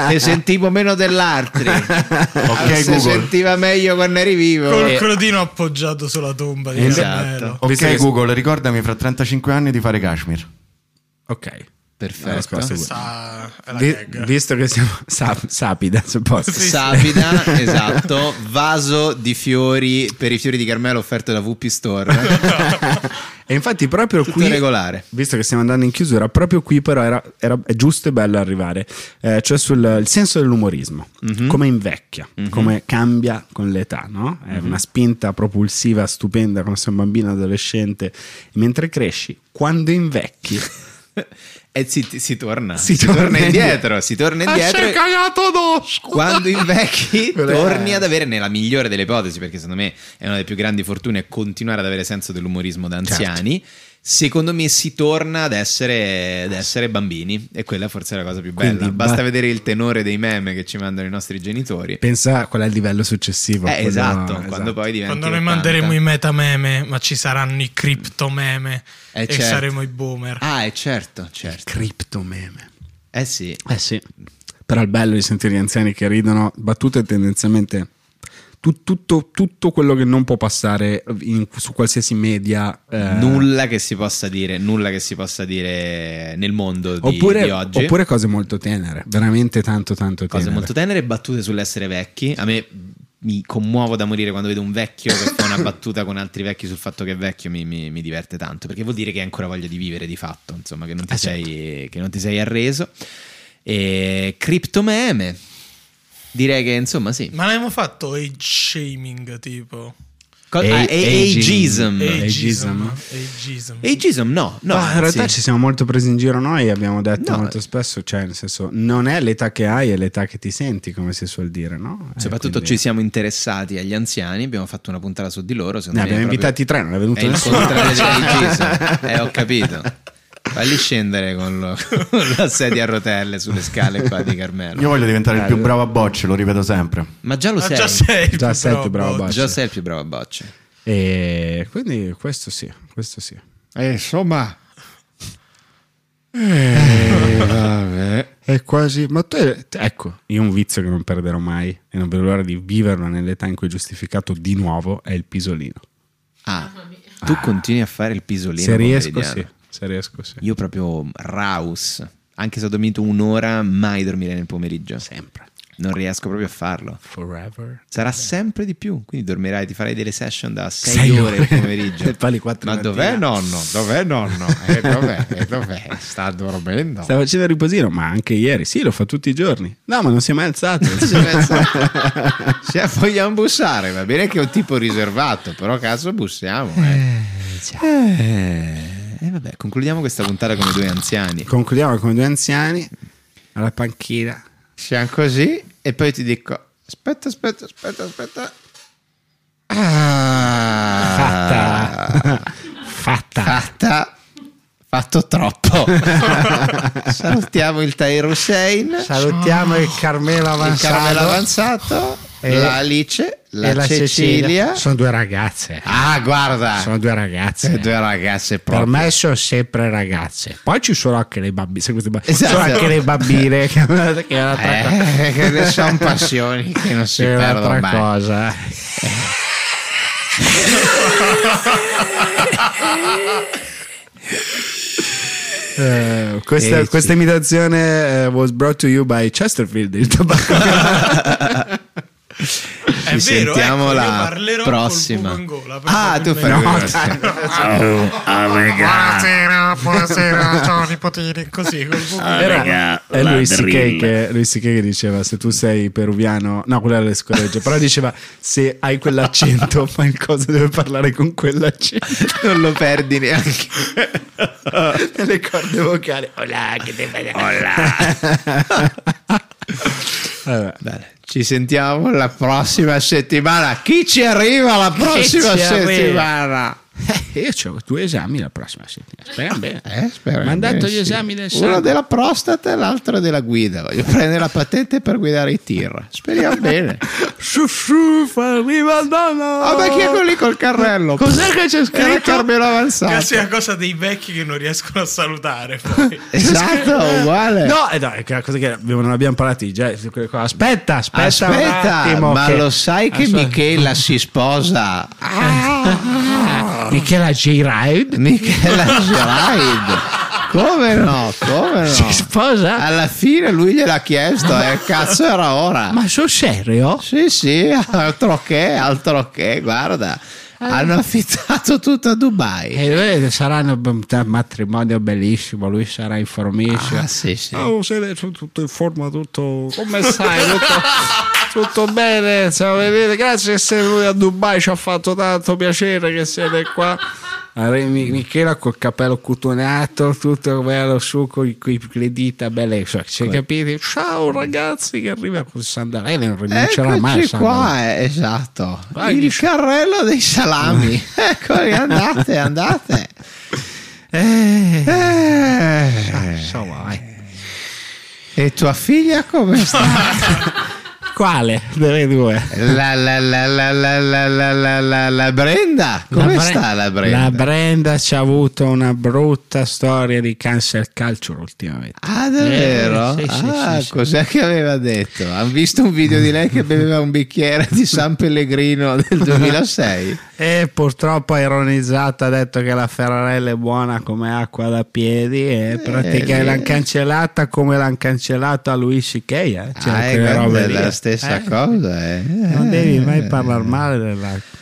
A: Te sentivo meno dell'altri.
G: Ok,
A: si
G: Google.
A: sentiva meglio quando eri vivo. Eh,
G: Col
A: E-
G: crodino appoggiato sulla tomba di Carmelo.
D: Esatto. Ok, Google, ricordami fra 35 anni di fare Kashmir.
B: Ok.
A: Perfetto.
G: Sa- è la
B: Vi-
G: gag.
B: visto che siamo sap- sapida, se posso.
A: Sapida, esatto, vaso di fiori per i fiori di Carmelo offerto da WP Store.
B: E infatti proprio
A: Tutto
B: qui...
A: regolare.
B: Visto che stiamo andando in chiusura, proprio qui però era, era- è giusto e bello arrivare, eh, cioè sul il senso dell'umorismo,
A: Mhm.
B: come invecchia, come cambia con l'età, no? È
A: Mhm.
B: una spinta propulsiva stupenda quando sei un bambino adolescente, mentre cresci, quando invecchi,
A: E si, si torna,
B: Si
A: Ah, si,
B: torna
A: torna,
B: indietro. Ah,
A: indietro, si
G: Ah,
A: torna
F: E si
A: indietro.
F: è
A: e-
F: cagato addosso.
A: quando invecchi
F: Quella è-
A: torni ad avere nella migliore delle ipotesi perché secondo me è una delle più grandi fortune continuare ad avere senso dell'umorismo da
B: Certo.
A: anziani secondo me si torna ad essere, ad essere bambini e quella forse è la cosa più bella
B: Quindi ba-
A: basta vedere il tenore dei meme che ci mandano i nostri genitori
B: pensa qual è il livello successivo.
A: Eh,
B: quello-
A: esatto,
B: esatto.
A: quando poi diventi
G: Quando noi
A: 80.
G: manderemo i metameme, ma ci saranno i criptomeme
A: Eh,
G: e
A: certo.
G: saremo i boomer.
A: ah eh, certo certo
B: criptomeme
A: eh sì
B: Eh sì. Però il bello di sentire gli anziani che ridono battute tendenzialmente tu- tutto, tutto quello che non può passare in- su qualsiasi media. eh,
A: nulla che si possa dire nulla che si possa dire nel mondo di,
B: Oppure,
A: di oggi
B: oppure cose molto tenere, veramente tanto tanto
A: cose
B: tenere.
A: molto tenere battute sull'essere vecchi. A me mi commuovo da morire quando vedo un vecchio che fa una battuta con altri vecchi sul fatto che è vecchio, mi, mi- mi diverte tanto, perché vuol dire che hai ancora voglia di vivere di fatto, insomma, che non
B: Ah,
A: ti,
B: certo.
A: sei, che non ti sei arreso. E criptomeme. Direi che insomma sì.
G: Ma abbiamo fatto age shaming tipo.
A: Co- ah, e- Mm, ageism.
G: Ageism.
B: Ageism.
G: Ageism.
A: Ageism no, no.
B: Ma Ah, in realtà
A: anzi.
B: ci siamo molto presi in giro noi, abbiamo detto
A: No.
B: molto spesso, cioè nel senso non è l'età che hai, è l'età che ti senti, come si suol dire, no? Eh,
A: Soprattutto
B: quindi-
A: ci siamo interessati agli anziani, abbiamo fatto una puntata su di loro. secondo
B: Ne
A: me è
B: abbiamo
A: proprio- Eh,
B: invitati tre, non è venuto
A: È il
B: nessuno.
A: contrario dell'ageism. Eh, ho capito. Falli scendere con, lo- con la sedia a rotelle sulle scale qua di Carmelo.
D: Io voglio diventare il più bravo a bocce, lo ripeto sempre.
A: Ma già lo
G: Ah,
A: sei.
G: già sei il
B: Già
G: più
B: sei il più bravo a
G: bocce.
B: bocce.
A: Già sei il più bravo a bocce.
B: E quindi questo sì, questo sì.
L: E insomma... Eh, vabbè.
B: È quasi. Ma tu. Ecco, io un vizio che non perderò mai e non vedo l'ora di viverlo nell'età in cui è giustificato di nuovo è il pisolino.
A: Ah, tu continui a fare il pisolino.
B: Se riesco, sì.
A: pomeridiano.
B: Se riesco, sì.
A: Io proprio raus. Anche se ho dormito un'ora, mai dormire nel pomeriggio.
B: Sempre.
A: Non riesco proprio a farlo.
B: Forever.
A: Sarà sempre di più. Quindi dormirai, ti farai delle session da 6,
B: Sei ore.
A: ore il pomeriggio.
B: E poi alle quattro
A: Ma
B: di
A: dov'è
B: mattina.
A: nonno? Dov'è nonno? Eh,
L: E dov'è? E dov'è? Sta dormendo.
B: Stavo facendo il riposino, ma anche ieri. Sì, lo fa tutti i giorni. No, ma non si è mai alzato.
A: Se vogliamo bussare, va bene che è un tipo riservato, però cazzo bussiamo. Eh. Eh, e vabbè, concludiamo questa puntata come due anziani.
B: Concludiamo con due anziani alla panchina.
C: Siamo così e poi ti dico aspetta, aspetta, aspetta, aspetta. Ah.
B: Fatta.
C: Fatta. Fatto troppo. Salutiamo il Tahir Hussein.
A: Salutiamo il Carmelo Avanzato.
C: Il Carmelo Avanzato.
A: E-
C: la Alice. La,
A: e la
C: Cecilia.
A: Cecilia. Sono due ragazze.
C: Ah, guarda.
A: Sono due ragazze.
C: Eh, due ragazze
A: Per
C: proprio.
A: me sono sempre ragazze. Poi ci sono anche le bambine. se queste bab-
C: Esatto.
A: Sono anche le bambine. Che, che è un'altra cosa.
C: Eh, che ne sono passioni che non si
A: Che è un'altra
C: perdono mai.
A: cosa.
B: Eh, questa,
A: Eh, sì.
B: questa imitazione eh, was brought to you by Chesterfield, il tabacco.
C: Ci
G: vero,
C: sentiamo
G: ecco, io
C: la
G: parlerò col
C: prossima.
G: buco in gola,
C: ah, tu fai
G: No. Buonasera, buonasera, ciao nipotini, così col buco.
B: Era, è lui CK che, Louis CK che diceva se tu sei peruviano no quella era le scorregge però diceva se hai quell'accento fai cosa deve parlare con quell'accento
C: non lo perdi neanche
B: nelle corde vocali Hola, che te fai?
C: Bene. Ci sentiamo la prossima settimana. Chi ci arriva la prossima
B: Chi ci arriva?
C: settimana?
B: Eh, io ho due esami la prossima settimana speriamo bene
C: Eh, spero
B: Mandato
C: bene,
B: gli esami del sangue.
C: Uno della prostata e l'altro della guida. Voglio prendere la patente per guidare i tir. Speriamo bene.
B: Su, su, fammi
C: Ah, ma chi è quello lì col carrello?
B: Oh. Cos'è che c'è
C: Era
B: scritto?
C: Carmelo Avanzato.
G: Questa è una cosa dei vecchi che non riescono a salutare. poi.
C: Esatto, uguale.
B: No, eh, no, è quella cosa che abbiamo- non abbiamo parlato di già, quelle qua. Aspetta, aspetta, un
C: Aspetta,
B: attimo
C: ma
B: che- Oh.
C: lo sai che
B: Aspetta.
C: Michela si sposa? Ah,
B: Michela J-Ride?
C: Michela J-Ride. Come no? Come no? Eh.
B: Si sposa?
C: Alla fine lui gliel'ha chiesto, eh, cazzo era ora.
B: Ma sul serio?
C: Sì, sì, altro che, altro che, guarda. Hanno affittato tutto a Dubai.
B: E vedete, sarà un Eh, b- matrimonio bellissimo, lui sarà informissimo.
C: Ah, sì, sì.
B: Oh, se lei sono tutto in forma, tutto... Come stai? Tutto, tutto bene, insomma, vedete, grazie che siete venuti a Dubai, ci ha fatto tanto piacere che siete qua. Allora, Mi- Michela col capello cotonato, tutto bello su con, le dita belle, insomma, ci capite? Ciao ragazzi che arriva con il sandale, lei non rinuncerà mai al
C: Eccoci
B: sandale.
C: qua, eh, esatto.
B: Vai,
C: Il
B: dici.
C: carrello dei salami. Eccoli, andate, andate. Eh, E tua figlia come sta?
B: Quale delle due?
C: La, la, la, la, la, la, la, la, la, la Brenda? Come sta la Brenda?
B: La Brenda ci ha avuto una brutta storia di cancer culture ultimamente.
C: Ah, davvero?
B: Eh, sì, sì,
C: ah,
B: sì, sì.
C: cos'è che aveva detto? Hanno visto un video di lei che beveva un bicchiere di San Pellegrino del 2006?
B: E purtroppo ha ironizzato, ha detto che la Ferrarella è buona come acqua da piedi e praticamente
C: eh.
B: l'hanno cancellata come l'hanno cancellata Luis C.K. Eh? Cioè,
C: ah, è
B: quelle robe
C: guarda, è
B: lì.
C: la stessa
B: Eh,
C: cosa. eh.
B: Non devi mai parlare male dell'acqua.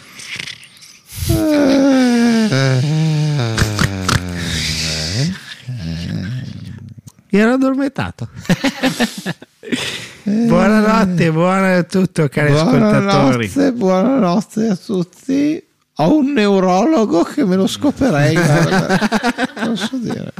B: Ero addormentato. Buonanotte, buona tutto cari ascoltatori.
C: Buonanotte, buonanotte a tutti. Ho un neurologo che me lo scoperei. guarda. Posso dire.